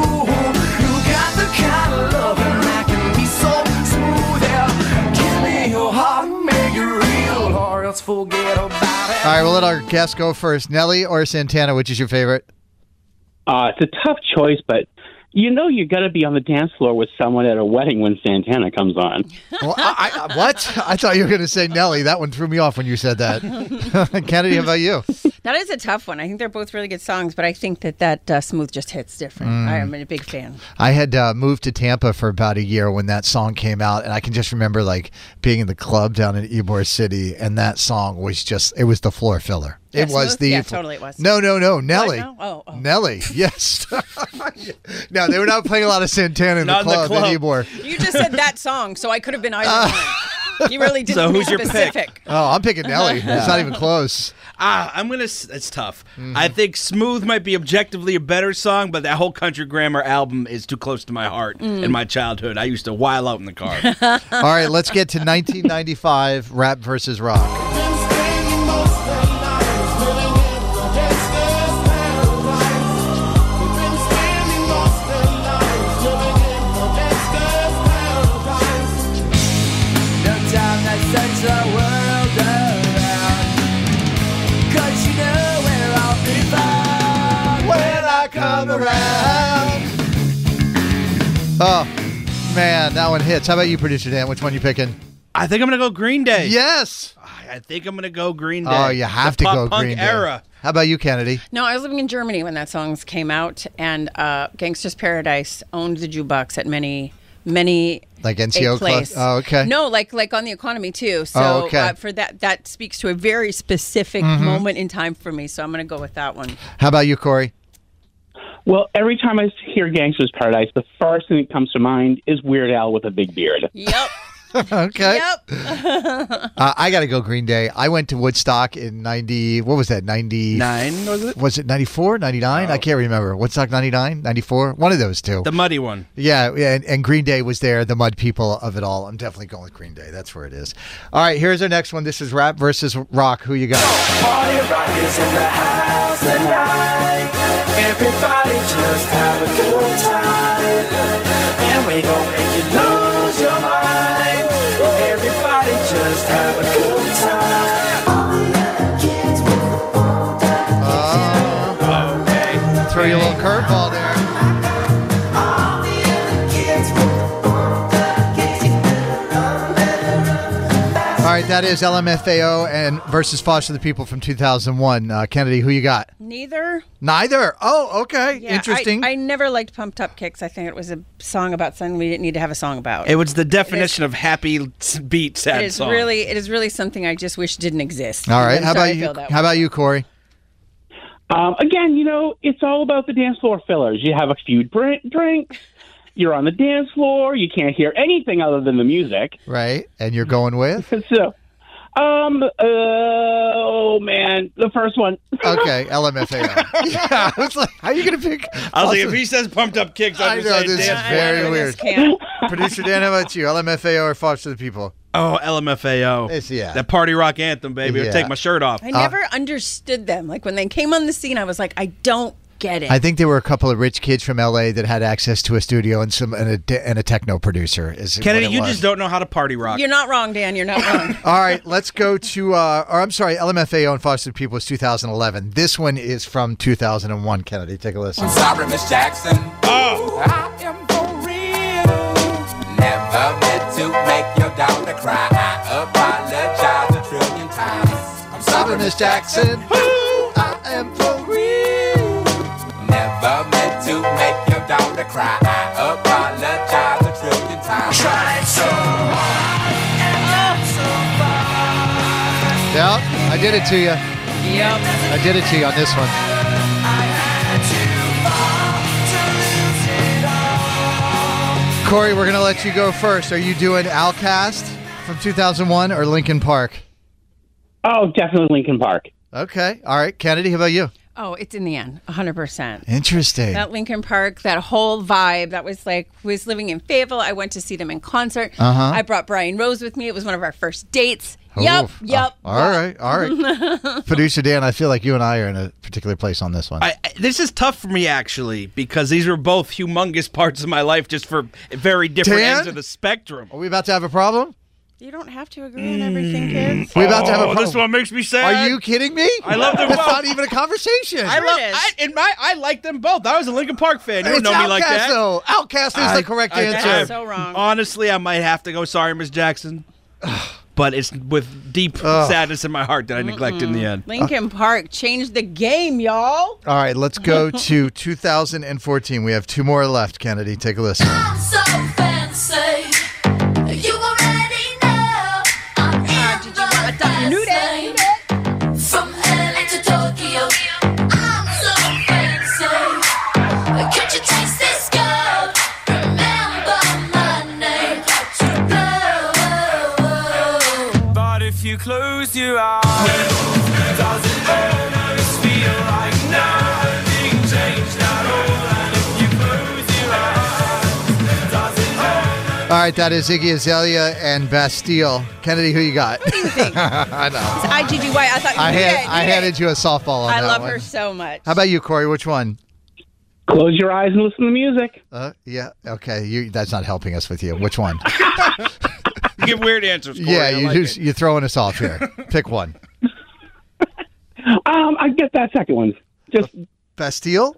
S9: You got the kind of love that can be so smooth. Yeah. Give me your heart and make it real. Or else forget about it.
S17: All right. We'll let our guests go first. Nelly or Santana, which is your favorite?
S7: Uh, it's a tough choice, but you know you got to be on the dance floor with someone at a wedding when Santana comes on.
S17: Well, I, I, I- what? I thought you were going to say Nelly. That one threw me off when you said that. Kennedy, how about you?
S18: That is a tough one. I think they're both really good songs, but I think that that uh, smooth just hits different.
S17: Mm.
S18: I am a big fan.
S17: I had uh, moved to Tampa for about a year when that song came out, and I can just remember like being in the club down in Ybor City, and that song was just it was the floor filler.
S18: Yeah,
S17: it was
S18: Smooth?
S17: the
S18: Yeah, totally it was.
S17: No, no, no, Nelly.
S18: no? Oh,
S17: Nelly, yes. no, they were not playing a lot of Santana in the
S18: Not in the
S17: club,
S18: club.
S17: in Ybor.
S18: You just said that song, so I could have been either one. You really didn't
S5: So who's
S18: be
S5: your pick?
S18: specific.
S17: Oh, I'm picking Nelly.
S5: Yeah.
S17: It's not even close. Mm-hmm.
S5: Ah, I'm gonna. s- It's tough. I think "Smooth" might be objectively a better song, but that whole Country Grammar album is too close to my heart
S17: Mm.
S5: and my childhood. I used to while out in the car.
S17: All right, let's get to 1995 rap versus rock.
S9: Been standing most the night, living in turns the world around. Cause you know where I'll be found when I come around.
S17: Oh, man, that one hits. How about you, producer Dan? Which one you picking?
S5: I think I'm gonna go Green Day.
S17: Yes.
S5: I I think I'm gonna go Green Day.
S17: Oh, you have
S5: The
S17: to
S5: pop
S17: go
S5: punk
S17: Green Day.
S5: era.
S17: How about you, Kennedy?
S18: No, I was living in Germany when that songs came out, and uh, Gangster's Paradise owned the jukebox at many, many
S17: Like
S18: a
S17: NCO club?
S18: place.
S17: Oh, okay.
S18: No, like like on the economy too. So
S17: Oh, okay.
S18: uh, for that, that speaks to a very specific
S17: Mhm.
S18: moment in time for me. So I'm going to go with that one.
S17: How about you, Corey?
S7: Well, every time I hear Gangster's Paradise, the first thing that comes to mind is Weird Al with a big beard.
S18: Yep.
S17: okay.
S18: Yep.
S17: Uh, I got to go Green Day. I went to Woodstock in 90, what was that, 99?
S5: Nine, was it? Oh.
S17: Was it 94, 99? I can't remember. Woodstock 99, 94? One of those two.
S5: The muddy one.
S17: yeah, yeah, and, and Green Day was there, the mud people of it all. I'm definitely going with Green Day. That's where it is. All right, here's our next one. This is rap versus rock. Who you got?
S9: Party rock is in the house tonight. Everybody just have a good time. And we gon' make you lose your mind. Everybody just have a good time.
S17: Throw you a little curveball there. All right, that is LMFAO and versus Foster the People from 2001. Uh, Kennedy, who you got?
S18: Neither.
S17: Neither. Oh, okay.
S18: Yeah, I-
S17: Interesting.
S18: I, never liked Pumped Up Kicks. I think it was a song about something we didn't need to have a song about.
S5: It was the definition of happy s- beat sad
S18: it is
S5: song.
S18: really it is really something I just wish didn't exist.
S17: All right.
S18: I'm sorry
S17: How about
S18: I
S17: you?
S18: feel that
S17: How
S18: way.
S17: about you, Corey?
S7: Um, again, you know, it's all about the dance floor fillers. You have a few drink, drink. You're on the dance floor. You can't hear anything other than the music.
S17: Right. And you're going with?
S7: So, um, uh, oh man, the first one.
S17: Okay, LMFAO. yeah, I was like, how are you going to pick?
S5: I was like,
S17: Also-
S5: if he says pumped up kicks,
S17: I
S5: I'm
S17: know
S5: just
S17: this is very weird. Producer Dan, how about you? LMFAO or Foster the People?
S5: Oh, LMFAO.
S17: It's- yeah.
S5: That party rock anthem, baby.
S17: Yeah.
S5: I'll take my shirt off.
S17: Uh,
S18: I never understood them. Like when they came on the scene, I was like, I don't get it.
S17: I think there were a couple of rich kids from LA that had access to a studio and some and a, and a techno producer. Is what
S5: Kennedy,
S17: it
S5: you
S17: was.
S5: just don't know how to party rock.
S18: you're not wrong, Dan. You're not wrong.
S17: All right, let's go to, uh, or I'm sorry, LMFAO and Foster the People is 2011. This one is from 2001. Kennedy, take a listen.
S9: I'm sorry, Miss Jackson. Oh. I am for real. Never meant to make your daughter cry. I apologize a trillion times. I'm sorry, Miss Jackson. I am for real. Never meant to make your daughter cry. I apologize a trillion times. Tried so hard and not so far.
S17: Yep, I did it to you.
S18: Yep.
S17: I did it to you on this one. Corey, we're going to let you go first. Are you doing Outcast from 2001 or Lincoln Park?
S7: Oh, definitely Lincoln Park.
S17: Okay. All right. Kennedy, how about you?
S18: Oh, it's in the end, 100. percent
S17: Interesting.
S18: That Lincoln Park, that whole vibe, that was like was living in Fayetteville. I went to see them in concert.
S17: Uh-huh.
S18: I brought Brian Rose with me. It was one of our first dates.
S17: Oh,
S18: Yep,
S17: oh,
S18: yep.
S17: all right, all right. Producer Dan, I feel like you and I are in a particular place on this one.
S5: I, I- this is tough for me actually because these were both humongous parts of my life, just for very different
S17: Dan?
S5: ends of the spectrum.
S17: Are we about to have a problem?
S18: you don't have to agree on everything, kids.
S17: We about to have a
S5: Oh,
S17: problem.
S5: this one makes me sad.
S17: Are you kidding me?
S5: I love them
S17: That's
S5: both.
S17: not even a conversation.
S5: I love. I, in my, I like them both. I was a Lincoln Park fan. You
S17: It's
S5: don't know me like
S17: Outkast,
S5: that.
S17: though. Outcast is the correct answer.
S18: so wrong.
S5: Honestly, I might have to go. Sorry, Miss Jackson, but it's with deep
S17: Ugh.
S5: sadness in my heart that I neglect in the end.
S18: Lincoln
S17: Uh,
S18: Park changed the game, y'all.
S17: All right, let's go to 2014. We have two more left, Kennedy. Take a listen.
S9: so fancy. You already know I'm in the fancy. From LA to Tokyo, I'm so fancy. Could you taste this gold? Remember my name. To blow. But if you close your eyes, doesn't almost feel like nothing changed at all? And if you close your eyes, doesn't
S17: All right, that is Iggy Azalea and Bastille. Kennedy, who you got? What
S18: do you think?
S17: I know.
S18: It's IGGY. I thought you
S17: I,
S18: knew
S17: had,
S18: it,
S17: I
S18: knew it.
S17: handed you a softball on
S18: I
S17: that
S18: love
S17: one.
S18: her so much.
S17: How about you, Corey? Which one?
S7: Close your eyes and listen to music.
S17: Uh, yeah. Okay. You. That's not helping us with you. Which one?
S5: You give weird answers. Corey.
S17: yeah,
S5: I
S17: you
S5: like
S17: just you're throwing us off here. Pick one.
S7: Um, I get that second one. Just
S17: Bastille.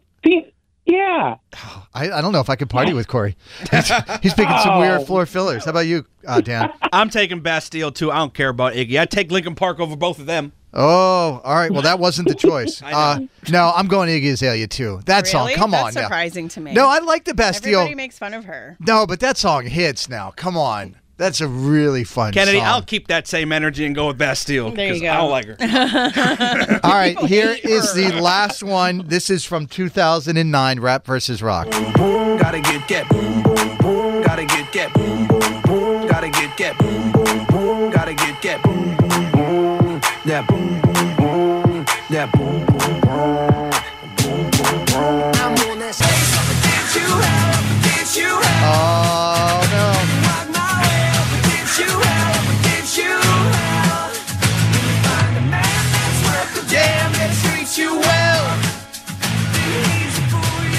S7: yeah.
S17: I, I don't know if I could party with Corey. He's, he's picking some
S5: Oh.
S17: weird floor fillers. How about you, uh, Dan?
S5: I'm taking Bastille too. I don't care about Iggy. I take Lincoln Park over both of them.
S17: Oh, all right. Well, that wasn't the choice.
S5: I know.
S17: Uh, no, I'm going Iggy Azalea too. That song.
S18: Really?
S17: Come
S18: That's
S17: on now.
S18: surprising to me.
S17: No, I like the Bastille.
S18: Everybody makes fun of her.
S17: No, but that song hits now. Come on. That's a really fun
S5: Kennedy,
S17: song.
S5: I'll keep that same energy and go with Bastille
S18: There you
S5: because
S18: go.
S5: I don't like her.
S17: All right, here is the last one. This is from 2009, Rap versus Rock.
S9: boom, gotta get that boom, boom, boom, gotta get that boom, boom, boom, gotta get that boom, boom, boom, gotta get that boom, boom, boom, that boom, boom, boom, that boom, boom, boom, boom, boom, boom. I'm on that stage up against you, hell up against you, hell.
S17: Oh no.
S9: Rock my way up against you, hell up against you, hell. When you find a man that's worth the damn, that treats you well.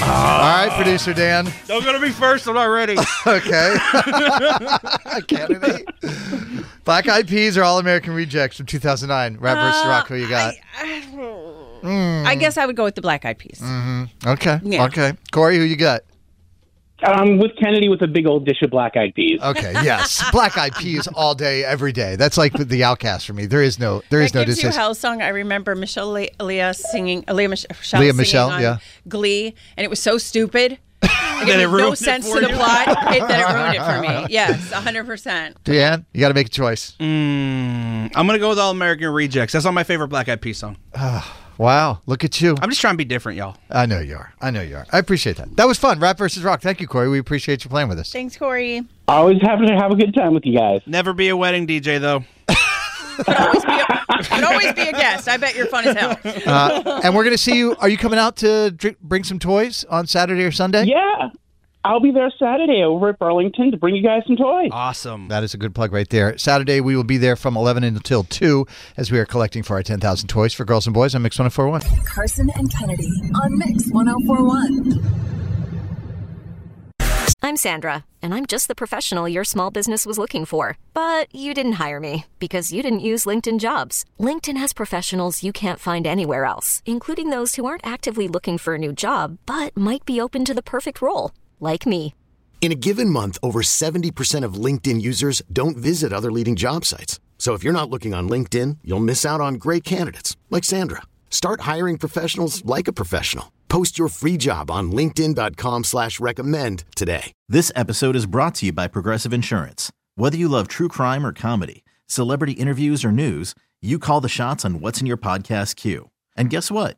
S17: All right, producer Dan.
S5: Don't go to me first. I'm not ready.
S17: Okay. Kennedy. Black Eyed Peas or All American Rejects from 2009, Rap versus
S18: Uh,
S17: Rock. Who you got? Mm.
S18: I guess I would go with the black eyed peas.
S17: mm-hmm. Okay.
S18: Yeah.
S17: Okay. Corey, who you got?
S7: Um, with Kennedy with a big old dish of black eyed peas.
S17: Okay. Yes. Black Eyed Peas all day, every day. That's like the outcast for me. There is no. There is
S18: that
S17: no
S18: gives you
S17: decision.
S18: hell song. I remember Michelle Le- Leah singing uh, Leah Mich- Michelle,
S17: Lea
S18: singing
S17: Michele,
S18: on
S17: yeah.
S18: Glee, and it was so stupid. Like, it
S17: That
S18: made
S17: it
S18: no
S17: ruined it
S18: sense
S17: for
S18: to the
S17: you.
S18: plot. It, that it ruined it for me. Yes, hundred percent.
S17: Dan, you got to make a choice.
S5: Mm, I'm gonna go with All American Rejects. That's not my favorite Black Eyed Peas song.
S17: Wow. Look at you.
S5: I'm just trying to be different, y'all.
S17: I know you are. I know you are. I appreciate that. That was fun. Rap versus rock. Thank you, Corey. We appreciate you playing with us.
S18: Thanks, Corey.
S7: Always happy to have a good time with you guys.
S5: Never be a wedding DJ though.
S18: But always be a guest. I bet you're fun as hell.
S17: Uh, and we're going to see you. Are you coming out to drink, bring some toys on Saturday or Sunday?
S7: Yeah. I'll be there Saturday over at Burlington to bring you guys some toys.
S5: Awesome.
S17: That is a good plug right there. Saturday, we will be there from 11 until 2 as we are collecting for our 10,000 toys for girls and boys on Mix 1041.
S19: Carson and Kennedy on Mix 1041.
S24: I'm Sandra, and I'm just the professional your small business was looking for. But you didn't hire me because you didn't use LinkedIn jobs. LinkedIn has professionals you can't find anywhere else, including those who aren't actively looking for a new job but might be open to the perfect role, like me.
S1: In a given month, over 70% of LinkedIn users don't visit other leading job sites. So if you're not looking on LinkedIn, you'll miss out on great candidates like Sandra. Start hiring professionals like a professional. Post your free job on linkedin.com/recommend slash recommend today.
S22: This episode is brought to you by Progressive Insurance. Whether you love true crime or comedy, celebrity interviews or news, you call the shots on what's in your podcast queue. And guess what?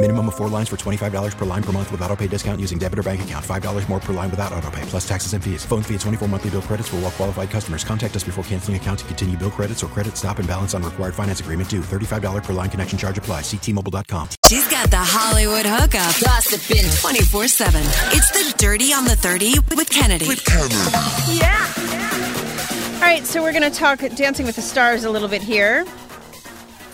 S25: Minimum of four lines for $25 per line per month with auto pay discount using debit or bank account. $5 more per line without auto pay, plus taxes and fees. Phone fee at 24 monthly bill credits for all qualified customers. Contact us before canceling account to continue bill credits or credit stop and balance on required finance agreement due. $35 per line connection charge apply. Ctmobile.com.
S2: She's got the Hollywood hookup, gossiping 24 7. It's the Dirty on the 30 with Kennedy. With Kennedy.
S18: Yeah. All right, so we're going to talk Dancing with the Stars a little bit here.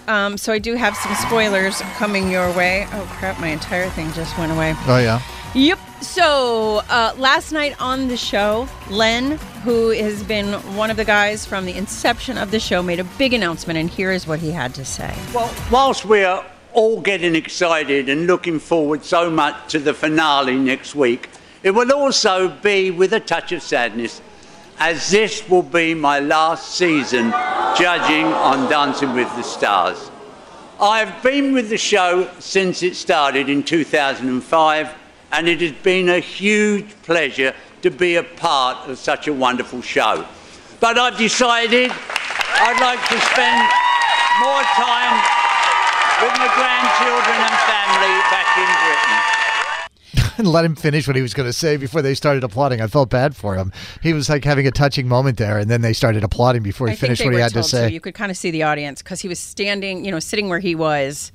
S18: Um, so I do have some spoilers coming your way. Oh crap! My entire thing just went away.
S17: Oh, yeah.
S18: Yep. So uh, last night on the show, Len, who has been one of the guys from the inception of the show, made a big announcement, and here is what he had to say.
S26: Well, whilst we're all getting excited and looking forward so much to the finale next week, it will also be with a touch of sadness, as this will be my last season judging on Dancing with the Stars. I've been with the show since it started in 2005, and it has been a huge pleasure to be a part of such a wonderful show. But I've decided I'd like to spend more time with my grandchildren and family back in Britain.
S17: and let him finish what he was going to say before they started applauding. I felt bad for him. He was like having a touching moment there, and then they started applauding before he
S18: I think
S17: finished
S18: they
S17: what
S18: were
S17: he had
S18: told
S17: to say.
S18: So you could kind of see the audience because he was standing, you know, sitting where he was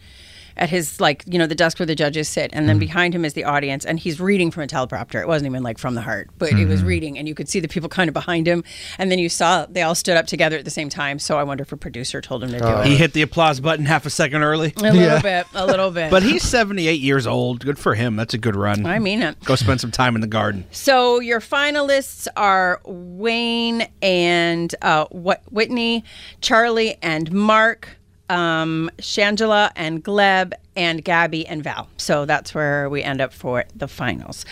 S18: at his like, you know, the desk where the judges sit, and
S17: Mm-hmm.
S18: then behind him is the audience, and he's reading from a teleprompter. It wasn't even like from the heart, but it was
S17: Mm-hmm.
S27: Mhm.
S18: reading, and you could see the people kind of behind him, and then you saw they all stood up together at the same time. So I wonder if a producer told him to
S17: Oh.
S18: do it.
S5: he hit the applause button half a second early.
S18: a little bit, a little bit.
S5: But he's 78 years old. Good for him. That's a good run.
S18: I mean it.
S5: Go spend some time in the garden.
S18: So your finalists are Wayne and uh, Wh- Whitney, Charlie and Mark, um, Shangela and Gleb, and Gabby and Val. So that's where we end up for the finals.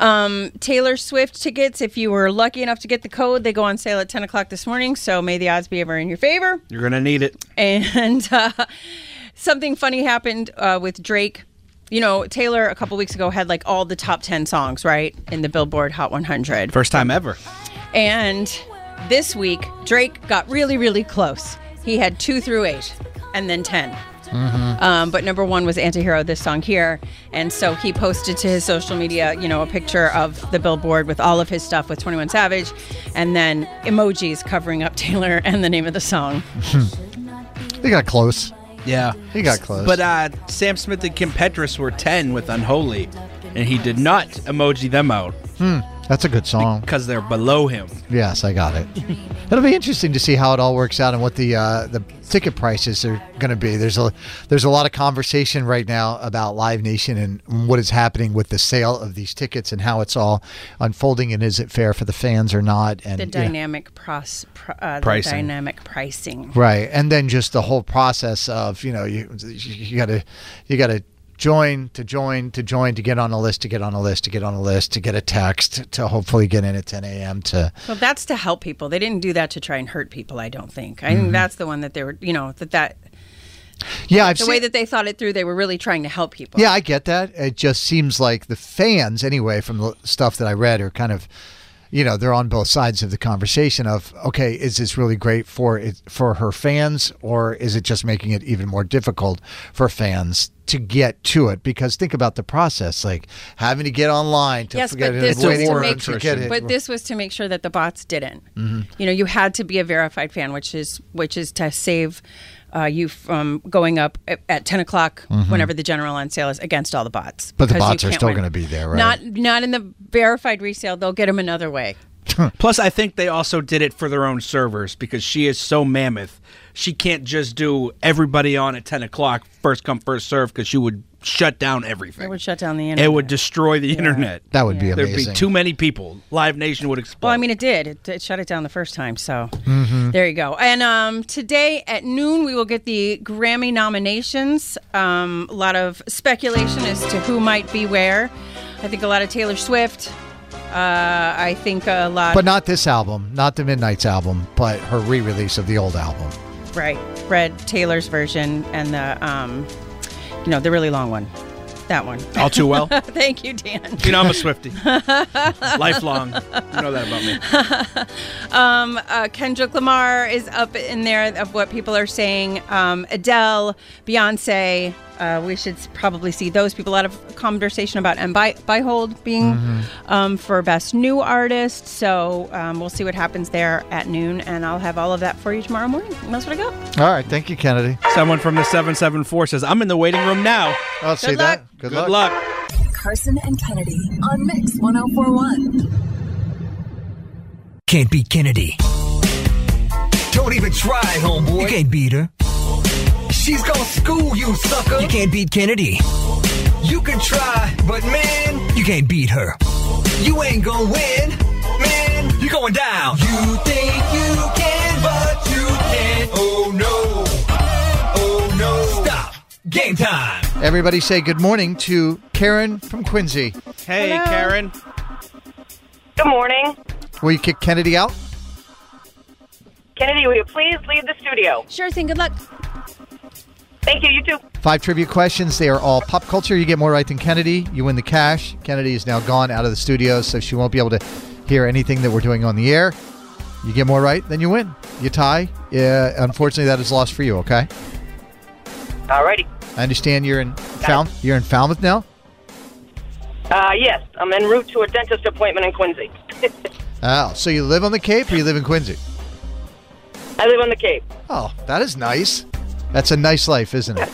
S18: Um, Taylor Swift tickets, if you were lucky enough to get the code, they go on sale at 10 o'clock this morning. So may the odds be ever in your favor.
S5: You're going to need it.
S18: And uh, something funny happened uh, with Drake. You know, Taylor a couple weeks ago had like all the top 10 songs, right? In the Billboard Hot 100.
S5: First time ever.
S18: And this week, Drake got really, really close. He had two through eight and then 10.
S27: Mm-hmm.
S18: Um, but number one was Antihero, this song here. And so he posted to his social media, you know, a picture of the billboard with all of his stuff with 21 Savage and then emojis covering up Taylor and the name of the song.
S17: They got close.
S5: Yeah.
S17: He got close.
S5: But uh, Sam Smith and Kim Petras were 10 with Unholy, and he did not emoji them out
S17: Hmm, that's a good song.
S5: because they're below him.
S17: Yes, I got it. It'll be interesting to see how it all works out and what the uh, the ticket prices are going to be. There's a there's a lot of conversation right now about Live Nation and what is happening with the sale of these tickets and how it's all unfolding and is it fair for the fans or not? And
S18: the
S17: you know.
S18: dynamic pros, pr- uh,
S17: Pricing.
S18: The dynamic pricing.
S17: Right, and then just the whole process of you know you you got to you got to join to join to join to get on a list to get on a list to get on a list to get a text to hopefully get in at 10 a.m. to
S18: Well, that's to help people. They didn't do that to try and hurt people. I don't think. I
S17: Mhm.
S18: think that's the one that they were. You know that that
S17: yeah I've
S18: the
S17: seen
S18: way that they thought it through. They were really trying to help people.
S17: yeah I get that it just seems like the fans anyway from the stuff that I read are kind of you know they're on both sides of the conversation of okay is this really great for it for her fans or is it just making it even more difficult for fans to get to it because think about the process like having to get online to
S18: yes,
S17: get
S18: but this was
S17: it, waiting
S18: to
S17: for
S18: make
S17: to get it
S18: but this was to make sure that the bots didn't.
S17: Mhm.
S18: You know, you had to be a verified fan, which is which is to save. Uh, you from going up at, at 10 o'clock
S17: Mhm.
S18: whenever the general on sale is against all the bots
S17: But
S18: because
S17: the
S18: you
S17: bots are
S18: can't
S17: still
S18: win.
S17: gonna be there, right?
S18: not not in the verified resale they'll get them another way
S5: Plus, I think they also did it for their own servers because she is so mammoth. She can't just do everybody on at 10 o'clock, first come, first serve, because she would shut down everything.
S18: It would shut down the internet.
S5: It would destroy the internet.
S17: That would be
S5: There'd
S17: amazing.
S5: be too many people. Live Nation would explode.
S18: Well, I mean, it did. It, it shut it down the first time. So
S17: Mm-hmm.
S5: Mhm.
S18: Mm-hmm. there you go. And um, today at noon, we will get the Grammy nominations. Um, a lot of speculation as to who might be where. I think a lot of Taylor Swift. Uh, I think a lot.
S17: but not this album not the midnight's album but her re-release of the old album
S18: right. Read Taylor's version and the um, you know, the really long one. That one.
S5: All Too Well?
S18: Thank you, Dan.
S5: You know, I'm a Swifty. Lifelong. You know that about me.
S18: Um, uh, Kendrick Lamar is up in there of what people are saying. Um, Adele, Beyonce. Uh, we should s- probably see those people. A lot of conversation about M. By- Byhold being
S2: Mm-hmm.
S18: um, for Best New Artist. So um, we'll see what happens there at noon, and I'll have all of that for you tomorrow morning. And that's what I got.
S17: all right thank you kennedy
S5: Someone from the 774 says, I'm in the waiting room now.
S17: I'll
S19: see Good that. luck.
S5: Good, luck.
S19: Carson and Kennedy on Mix 1041.
S23: Can't beat Kennedy. Don't even try, homeboy. You can't beat her. She's gonna school you, sucker. You can't beat Kennedy. You can try, but man, you can't beat her. You ain't gonna win, man. You're going down. You think you can, but you can't. Oh no. Oh no. Stop. Game time.
S17: everybody say good morning to karen from quincy
S5: Hey, Karen.
S28: Good morning.
S17: will you kick kennedy out
S28: Kennedy, will you please leave the studio?
S18: Sure thing. Good luck.
S28: Thank you. You too.
S17: Five trivia questions. They are all pop culture. You get more right than Kennedy. You win the cash. Kennedy is now gone out of the studio, so she won't be able to hear anything that we're doing on the air. You get more right, then you win. You tie. Yeah, unfortunately, that is lost for you, okay?
S28: Alrighty.
S17: I understand you're in Falmouth. You're in Falmouth now.
S28: Uh, yes, I'm en route to a dentist appointment in Quincy.
S17: Oh, so you live on the Cape or you live in Quincy?
S28: I live on the Cape.
S17: Oh, that is nice. That's a nice life, isn't it?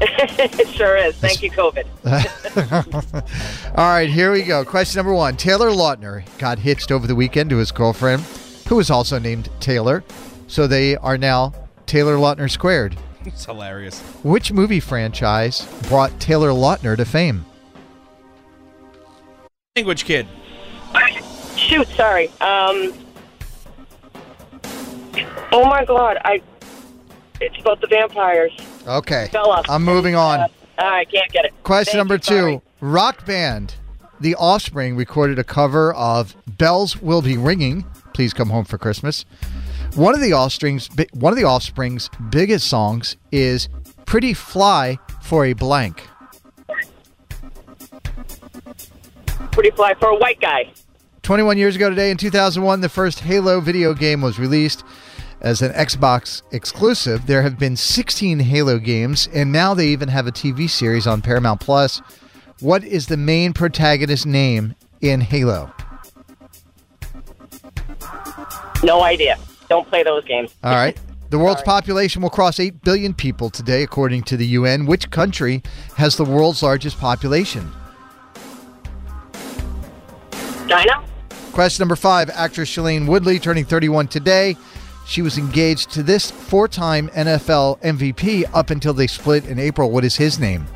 S28: it sure is. Thank you, COVID.
S17: All right, here we go. Question number one Taylor Lautner got hitched over the weekend to his girlfriend, who was also named Taylor. So they are now Taylor Lautner squared.
S5: It's hilarious.
S17: Which movie franchise brought Taylor Lautner to fame?
S5: Language kid.
S28: Shoot, sorry. Um, oh my God, I. It's about the vampires.
S17: Okay.
S28: Bella.
S17: I'm moving on.
S28: I can't get it.
S17: Question number two Rock band The Offspring recorded a cover of Bells Will Be Ringing, Please Come Home for Christmas. One of the offspring's bi- one of the offspring's biggest songs is Pretty Fly for a Blank.
S28: Pretty fly for a white guy.
S17: 21 years ago today in 2001, the first Halo video game was released as an Xbox exclusive. There have been 16 Halo games, and now they even have a TV series on Paramount Plus. What is the main protagonist's name in Halo?
S28: No idea. Don't play those games.
S17: All right. The world's population will cross 8 billion people today, according to the UN. Which country has the world's largest population?
S28: China?
S17: Question number five actress Shailene Woodley turning 31 today. She was engaged to this four time NFL MVP up until they split in April. What is his name?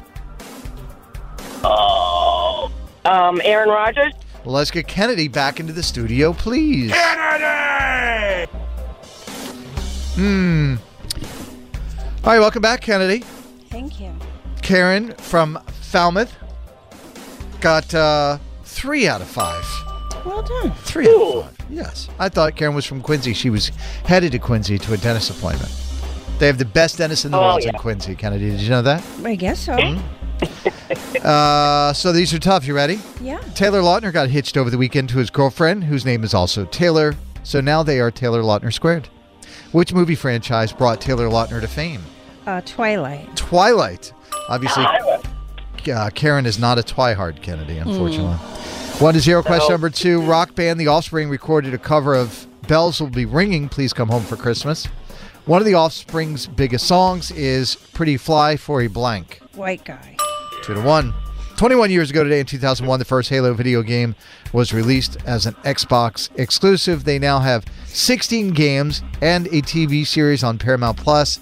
S28: Oh. Um, Aaron Rodgers?
S17: Let's get Kennedy back into the studio, please. Kennedy! Hmm. All right, welcome back, Kennedy.
S18: Thank you.
S17: Karen from Falmouth got uh, three out of five.
S18: Well done.
S17: Three out of five. Yes. I thought Karen was from Quincy. She was headed to Quincy to a dentist appointment. They have the best dentist in the
S18: Oh,
S17: world in
S18: yeah.
S17: Quincy, Kennedy. Did you know that?
S18: I guess so.
S17: Uh, so these are tough. You ready?
S18: Yeah.
S17: Taylor Lautner got hitched over the weekend to his girlfriend, whose name is also Taylor. So now they are Taylor Lautner squared. Which movie franchise brought Taylor Lautner to fame?
S18: Uh, Twilight.
S17: Twilight. Obviously, uh, Karen is not a Twihard Kennedy, unfortunately. One to zero. Question
S18: No.
S17: number two. Rock band The Offspring recorded a cover of "Bells Will Be Ringing." Please come home for Christmas. One of The Offspring's biggest songs is "Pretty Fly for a Blank."
S18: White guy.
S17: Two to one. 21 years ago today in 2001, the first Halo video game was released as an Xbox exclusive. They now have 16 games and a TV series on Paramount Plus.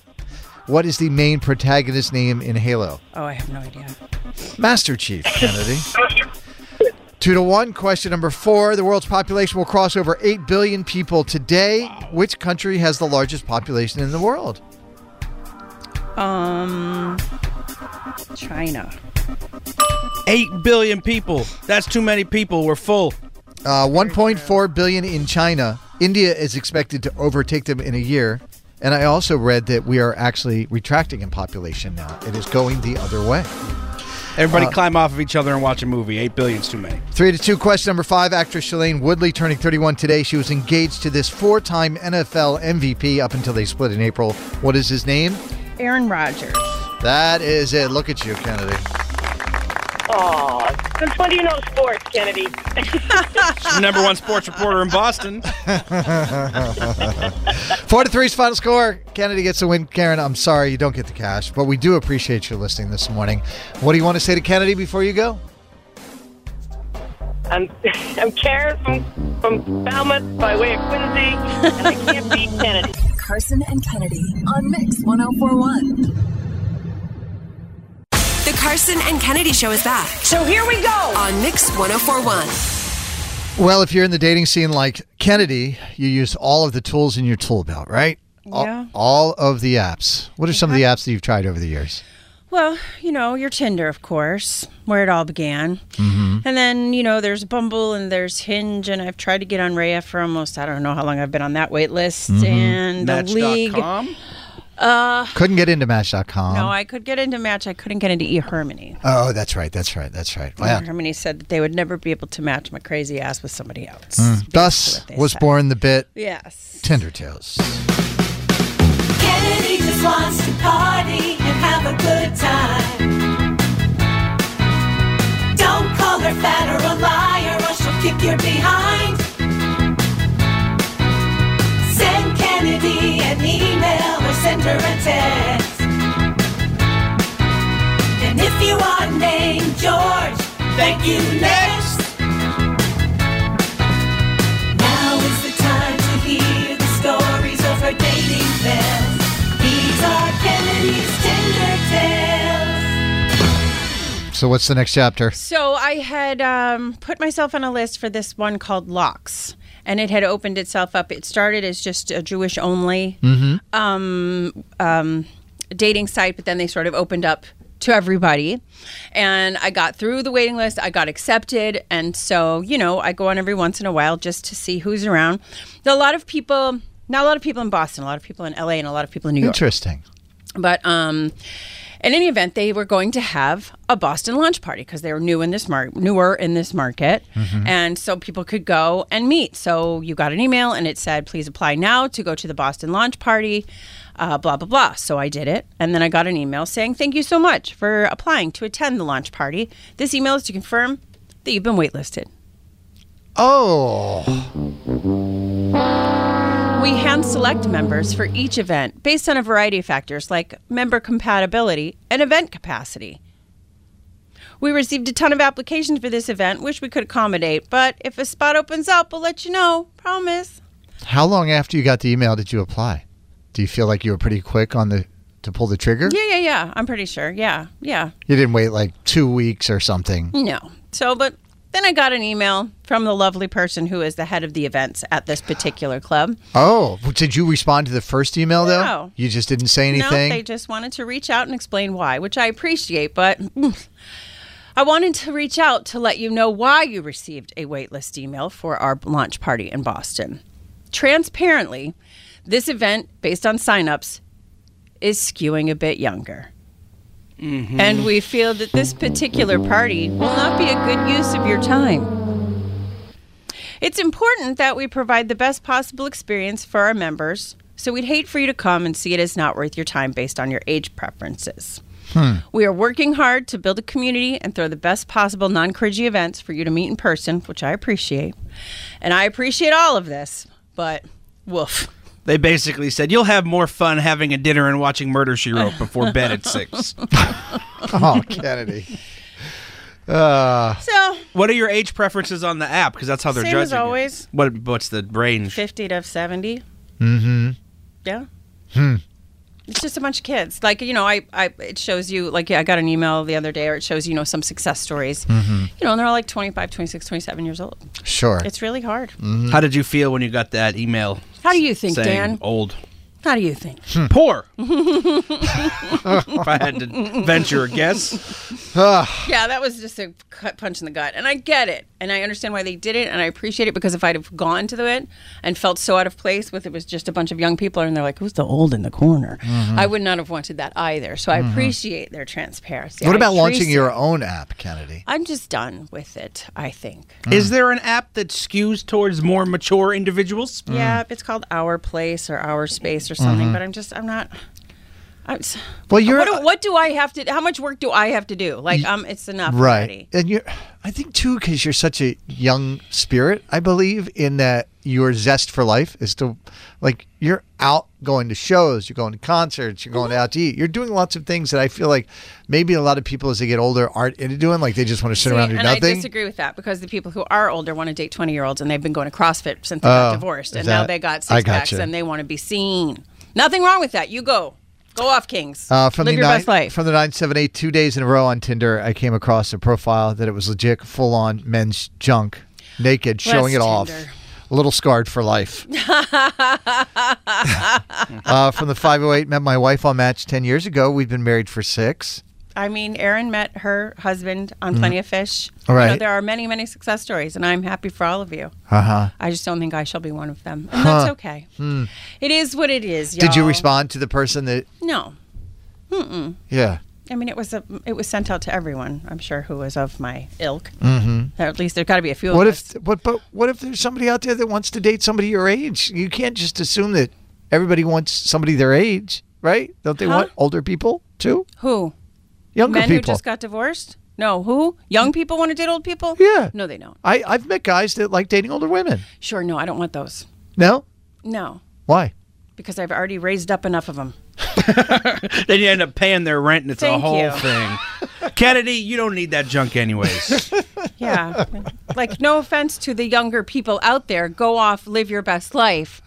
S17: What is the main protagonist's name in Halo?
S18: Oh, I have no idea.
S17: Master Chief Kennedy. Two to one. Question number four. The world's population will cross over 8 billion people today. Which country has the largest population in the world?
S18: Um, China.
S5: Eight billion people. That's too many people. We're full.
S17: Uh, 1.4 billion in China. India is expected to overtake them in a year. And I also read that we are actually retracting in population now. It is going the other way.
S5: Everybody
S17: Uh,
S5: climb off of each other and watch a movie. Eight billion's too many.
S17: Three to two. Question number five. Actress Shailene Woodley turning 31 today. She was engaged to this four time NFL MVP up until they split in April. What is his name?
S18: Aaron Rodgers.
S17: That is it. Look at you, Kennedy.
S28: Oh, since when do you know sports, Kennedy?
S5: Number one sports reporter in Boston.
S17: Four to three's final score. Kennedy gets the win. Karen, I'm sorry you don't get the cash, but we do appreciate your listening this morning. What do you want to say to Kennedy before you go?
S28: I'm, I'm Karen from, from Falmouth by way of Quincy, and I can't beat Kennedy.
S19: Carson and Kennedy on Mix 1041.
S2: The Carson and Kennedy Show is back. So here we go on Mix 1041.
S17: Well, if you're in the dating scene like Kennedy, you use all of the tools in your tool belt, right? All-
S18: Yeah.
S17: All, of the apps. What are some of the apps that you've tried over the years?
S18: Well, you know, your Tinder, of course, where it all began.
S17: Mm-hmm.
S18: And then, you know, there's Bumble and there's Hinge, and I've tried to get on Raya for almost, I don't know how long I've been on that wait list.
S17: Mhm.
S18: And the league.
S5: Match.com?
S18: Uh,
S17: Couldn't get into Match.com.
S18: no, I could get into Match. I couldn't get into eHarmony.
S17: oh, that's right. That's right. That's right. Wow.
S18: eHarmony said that they would never be able to match my crazy ass with somebody else.
S17: Mm. Thus was born the bit
S18: Yes.
S17: Tender Tales.
S9: Kennedy just wants to party and
S27: have a good time. Don't call her fat or a liar, or she'll kick your behind. Send Kennedy an email or send her a text. And if you are named George, thank you next. Now is the time to hear the stories of her dating fails. These are Kennedy's tender tales.
S17: So what's the next chapter?
S18: So I had um, put myself on a list for this one called Locks, and it had opened itself up. It started as just a Jewish only
S17: Mm-hmm.
S9: Mhm.
S18: um, um, dating site, but then they sort of opened up to everybody. And I got through the waiting list, I got accepted. And so, you know, I go on every once in a while just to see who's around. There are a lot of people, not a lot of people in Boston, a lot of people in LA, and a lot of people in New York.
S17: Interesting.
S18: But um, in any event, they were going to have a Boston launch party because they were new in this mar- newer in this market,
S2: Mm-hmm.
S9: Mhm.
S18: and so people could go and meet. So you got an email and it said, "Please apply now to go to the Boston launch party." Uh, blah blah blah. So I did it, and then I got an email saying, "Thank you so much for applying to attend the launch party. This email is to confirm that you've been waitlisted."
S17: Oh.
S18: We hand select members for each event based on a variety of factors like member compatibility and event capacity. We received a ton of applications for this event, which we could accommodate, but if a spot opens up, we'll let you know. Promise.
S17: How long after you got the email did you apply? Do you feel like you were pretty quick on the to pull the trigger?
S18: Yeah, yeah, yeah. I'm pretty sure. Yeah, yeah.
S17: You didn't wait like two weeks or something.
S18: No. So, but then I got an email from the lovely person who is the head of the events at this particular club.
S17: Oh, well, did you respond to the first email though?
S18: No.
S17: You just didn't say
S18: No,
S17: anything.
S18: they just wanted to reach out and explain why, which I appreciate, but mm, I wanted to reach out to let you know why you received a waitlist email for our launch party in Boston. Transparently, this event, based on signups, is skewing a bit younger. And we feel that this particular party will not be a good use of your time. It's important that we provide the best possible experience for our members, so we'd hate for you to come and see it as not worth your time based on your age preferences.
S9: Hmm.
S18: We are working hard to build a community and throw the best possible non cringy events for you to meet in person, which I appreciate. And I appreciate all of this, but woof.
S5: They basically said you'll have more fun having a dinner and watching Murder She Wrote before bed at six.
S17: oh, Kennedy. Uh,
S18: so,
S5: what are your age preferences on the app? Because that's how they're
S18: Same as
S5: judging. it.
S18: always.
S5: What what's the range?
S18: 50 to 70.
S17: Mm-hmm.
S18: Yeah.
S17: Hmm.
S18: It's just a bunch of kids. Like, you know, I, I it shows you, like, I got an email the other day, or it shows, you know, some success stories.
S5: Mhm.
S18: You know, and they're all like 25, 26, 27 years old.
S17: Mm-hmm. Sure.
S18: It's really hard.
S5: How did you feel when you got that email?
S18: How do you think,
S5: saying
S18: Dan?
S5: Old.
S18: How do you think?
S5: Poor.
S18: if
S5: if I had to venture a guess.
S18: Yeah, that was just a cut punch in the gut. And I get it. And I understand why they did it. And I appreciate it because if I'd have gone to it and felt so out of place with it was just a bunch of young people and they're like, who's the old in the corner?
S17: Mm-hmm.
S18: I would not have wanted that either. So I
S17: Mhm.
S18: appreciate their transparency.
S17: what
S18: I
S17: about launching your
S18: appreciate-
S17: own app, Kennedy?
S18: I'm just done with it, I think.
S17: Mm.
S5: Is there an app that skews towards more mature individuals?
S18: Yeah,
S17: Mm.
S18: if it's called Our Place or Our Space or something,
S5: Mhm.
S18: but I'm just, I'm not. I'm, s-
S17: Mm-hmm. Well, you're-
S18: what, do, what do I have to? How much work do I have to do? Like, um, it's enough. already.
S17: right and you're i think too because you're such a young spirit i believe in that your zest for life is to like you're out going to shows you're going to concerts you're going
S18: Mm-hmm.
S17: out to eat you're doing lots of things that i feel like maybe a lot of people as they get older aren't into doing like they just want to sit
S18: See,
S17: around and do
S18: and I
S17: nothing
S18: disagree with that because the people who are older want to date 20 year olds and they've been going to CrossFit since they
S17: Oh,
S18: got divorced and now
S17: that-
S18: they got
S17: I
S18: six packs
S17: gotcha.
S18: and they want to be seen. Nothing wrong with that. You go. Go off, Kings.
S17: Uh, from
S18: Live
S17: the
S18: your
S17: nine,
S18: best life.
S17: from the nine seven eight two days in a row on Tinder, I came across a profile that it was legit, full on men's junk, naked, showing it
S18: Less
S17: off,
S18: Tinder.
S17: a little scarred for life. uh, from the five hundred eight, met my wife on Match ten years ago. We've been married for six.
S18: I mean, Erin met her husband on
S17: Mhm.
S18: Plenty of Fish.
S17: All
S18: You know,
S17: right.
S18: there are many, many success stories, and I'm happy for all of you.
S17: Uh huh.
S18: I just don't think I shall be one of them. And
S17: Huh.
S18: that's okay.
S17: Hmm.
S18: It is what it is,
S17: Did you
S18: y'all.
S17: respond to the person that?
S18: No. Mm-mm.
S17: Yeah.
S18: I mean, it was a, it was sent out to everyone. I'm sure who was of my ilk.
S17: Mhm.
S18: Or at least there's got to be a few.
S17: What
S18: of
S17: if? What? But what if there's somebody out there that wants to date somebody your age? You can't just assume that everybody wants somebody their age, right? Don't they
S18: Huh?
S17: want older people too?
S18: Who?
S17: Younger
S18: Men who
S17: people.
S18: just got divorced? No, who? Young people want to date old people?
S17: Yeah.
S18: No, they don't.
S17: I, I've met guys that like dating older women.
S18: Sure, no, I don't want those.
S17: No?
S18: No,
S17: Why?
S18: because I've already raised up enough of them.
S5: then you end up paying their rent, and it's
S18: Thank
S5: a whole
S18: you.
S5: thing. Kennedy, you don't need that junk, anyways.
S18: Yeah. like, no offense to the younger people out there. Go off, live your best life.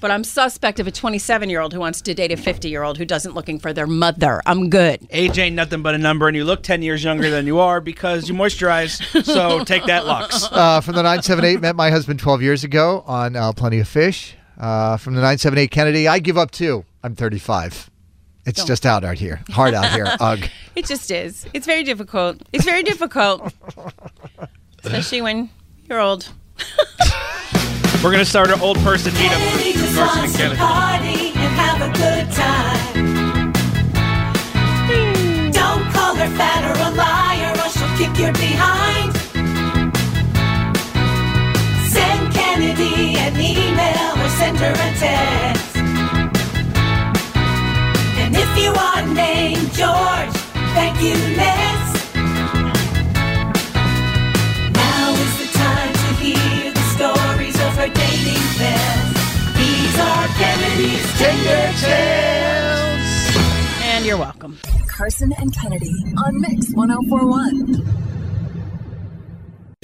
S18: But I'm suspect of a 27 year old who wants to date a 50 year old who doesn't looking for their mother. I'm good.
S5: Age ain't nothing but a number, and you look ten years younger than you are because you moisturize. So take that, Lux.
S17: uh, from the 978, met my husband 12 years ago on uh, Plenty of Fish. Uh, from the 978, Kennedy, I give up too. I'm 35. It's
S18: Don't.
S17: just out out here. Hard out here. Ugh.
S18: It just is. It's very difficult. It's very difficult. Especially when you're old.
S5: We're gonna start our old person meetup. Carson
S27: Just
S5: and
S27: wants to
S5: Kennedy.
S27: party and have a good time. Don't call her fat or a liar, or she'll kick your behind. Send Kennedy an email or send her a text. And if you are named George, thank you next. Now is the time to hear the stories of her dating past. These are Kennedy's Tinder tales.
S18: And you're welcome.
S19: Carson and Kennedy on Mix 1041.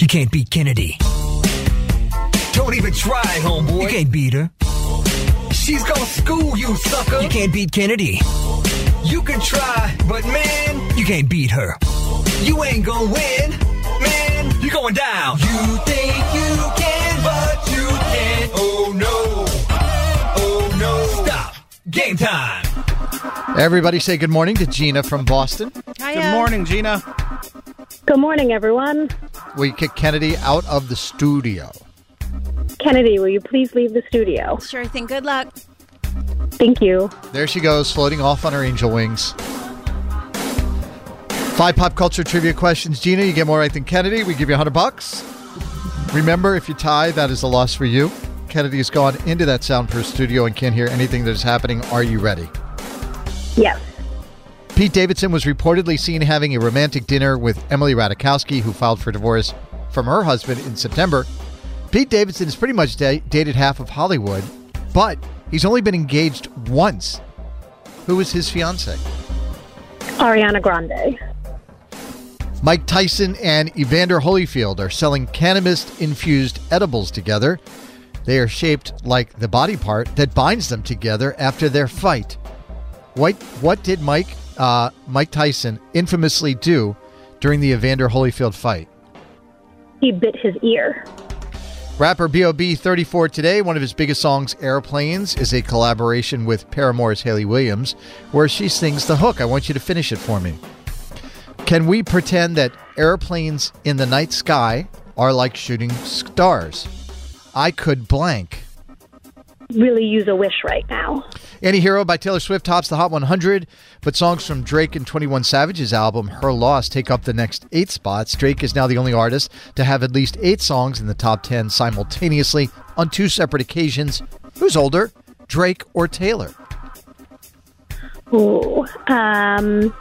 S23: You can't beat Kennedy. Don't even try, homeboy. You can't beat her. She's gonna school you, sucker. You can't beat Kennedy. You can try, but man, you can't beat her. You ain't gonna win, man. You're going down. You think you can, but you can't. Oh no. Oh no. Stop. Game time.
S17: Everybody say good morning to Gina from Boston.
S5: Good morning, Gina.
S12: Good morning, everyone.
S17: We kick Kennedy out of the studio.
S12: Kennedy, will you please leave the studio?
S18: Sure thing. Good luck.
S12: Thank you.
S17: There she goes, floating off on her angel wings. Five pop culture trivia questions. Gina, you get more right than Kennedy. We give you 100 bucks. Remember, if you tie, that is a loss for you. Kennedy has gone into that soundproof studio and can't hear anything that is happening. Are you ready?
S12: Yes.
S17: Pete Davidson was reportedly seen having a romantic dinner with Emily Radikowski, who filed for divorce from her husband in September. Pete Davidson has pretty much da- dated half of Hollywood, but he's only been engaged once. Who was his fiance?
S12: Ariana Grande.
S17: Mike Tyson and Evander Holyfield are selling cannabis infused edibles together. They are shaped like the body part that binds them together after their fight. What, what did Mike, uh, Mike Tyson infamously do during the Evander Holyfield fight?
S12: He bit his ear.
S17: Rapper B.O.B. 34 today, one of his biggest songs, Airplanes, is a collaboration with Paramore's Haley Williams, where she sings the hook. I want you to finish it for me. Can we pretend that airplanes in the night sky are like shooting stars? I could blank.
S12: Really use a wish right now.
S17: Any Hero by Taylor Swift tops the Hot 100, but songs from Drake and 21 Savage's album Her Loss take up the next eight spots. Drake is now the only artist to have at least eight songs in the top 10 simultaneously on two separate occasions. Who's older, Drake or Taylor?
S12: Ooh. Um,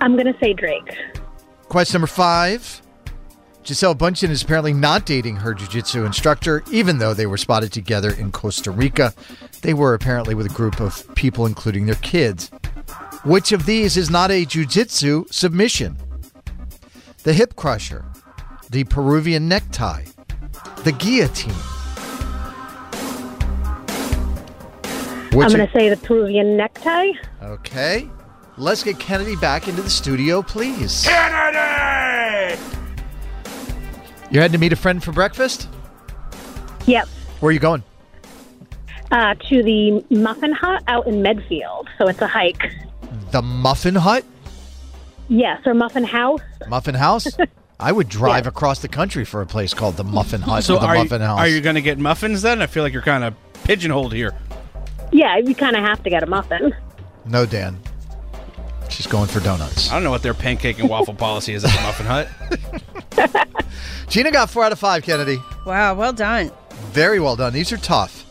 S12: I'm going to say Drake.
S17: Question number five. Giselle Bundchen is apparently not dating her jiu-jitsu instructor, even though they were spotted together in Costa Rica. They were apparently with a group of people, including their kids. Which of these is not a jiu-jitsu submission? The hip crusher, the Peruvian necktie, the guillotine.
S12: I'm
S17: Which
S12: going to say the Peruvian necktie.
S17: Okay. Let's get Kennedy back into the studio, please.
S12: Kennedy!
S17: You're heading to meet a friend for breakfast?
S12: Yep.
S17: Where are you going?
S12: Uh, to the Muffin Hut out in Medfield. So it's a hike.
S17: The Muffin Hut?
S12: Yes, or Muffin House.
S17: Muffin House? I would drive across the country for a place called the Muffin Hut
S5: So
S17: or the
S5: are you,
S17: Muffin House.
S5: are you gonna get muffins then? I feel like you're kind of pigeonholed here.
S12: Yeah, you kind of have to get a muffin.
S17: no, Dan. She's going for donuts.
S5: I don't know what their pancake and waffle policy is at the Muffin Hut.
S17: Gina got four out of five, Kennedy.
S18: Wow, well done.
S17: Very well done. These are tough.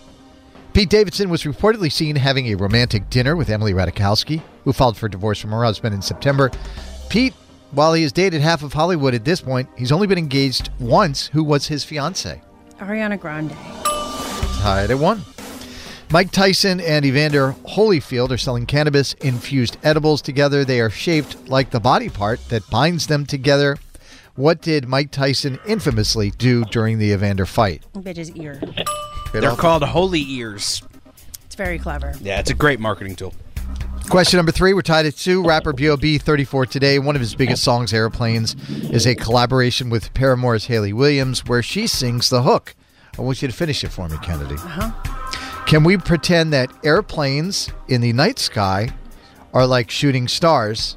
S17: Pete Davidson was reportedly seen having a romantic dinner with Emily Radikowski, who filed for divorce from her husband in September. Pete, while he has dated half of Hollywood at this point, he's only been engaged once, who was his fiance.
S18: Ariana Grande.
S17: Tied at one. Mike Tyson and Evander Holyfield are selling cannabis infused edibles together. They are shaped like the body part that binds them together. What did Mike Tyson infamously do during the Evander fight?
S18: Bit his ear.
S17: Bit
S5: They're
S17: off-
S5: called holy ears.
S18: It's very clever.
S5: Yeah, it's a great marketing tool.
S17: Question number three. We're tied at two. Rapper B.O.B. 34 today. One of his biggest songs, Airplanes, is a collaboration with Paramore's Haley Williams, where she sings the hook. I want you to finish it for me, Kennedy. Can we pretend that airplanes in the night sky are like shooting stars?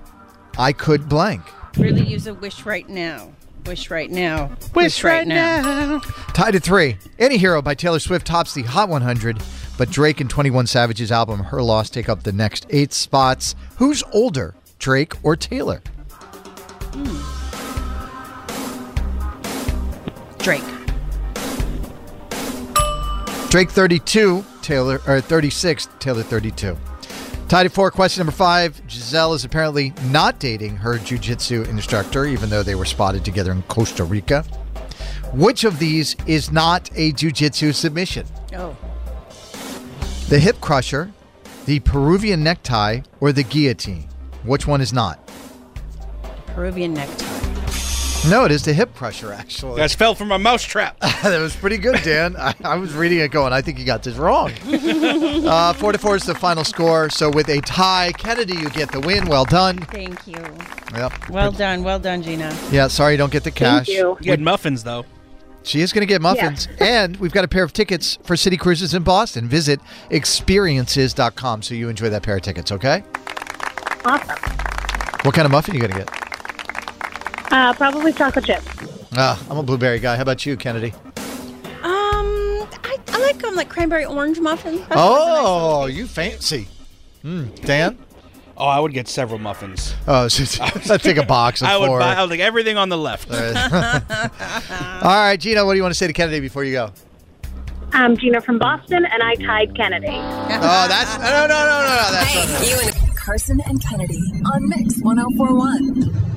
S17: I could blank.
S18: Really use a wish right now. Wish right now. Wish,
S17: right Tied at three. Any Hero by Taylor Swift tops the Hot 100, but Drake and 21 Savage's album Her Loss take up the next eight spots. Who's older, Drake or Taylor?
S18: Drake.
S17: Drake 32, Taylor or 36, Taylor 32. Tied at four. Question number five. Giselle is apparently not dating her jujitsu instructor, even though they were spotted together in Costa Rica. Which of these is not a jujitsu submission?
S18: Oh.
S17: The hip crusher, the Peruvian necktie, or the guillotine? Which one is not?
S18: Peruvian necktie.
S17: No, it is the hip crusher, actually.
S5: That's fell from a mousetrap.
S17: that was pretty good, Dan. I, I was reading it going, I think you got this wrong. uh, four to four is the final score. So with a tie, Kennedy, you get the win. Well done.
S18: Thank you.
S17: Yep.
S18: Well done. Well done, Gina.
S17: Yeah, sorry you don't get the cash.
S5: You had muffins though.
S17: She is going to get muffins. And we've got a pair of tickets for City Cruises in Boston. Visit experiences.com so you enjoy that pair of tickets, okay?
S12: Awesome.
S17: What kind of muffin you going to get?
S12: Uh, probably chocolate chip.
S17: Ah, I'm a blueberry guy. How about you, Kennedy?
S18: Um, I, I like um like cranberry orange muffin. That's
S17: Oh, you fancy. Mm, Dan?
S5: Oh, I would get several muffins.
S17: Oh, so- let's take a box of
S5: I would
S17: four.
S5: buy. I was like everything on the left.
S17: All right, Gina, what do you want to say to Kennedy before you go?
S12: I'm Gina Um, from Boston, and I tied Kennedy.
S17: Oh, that's no, no, no, no, no. That's
S19: you and Carson and Kennedy on Mix 1041.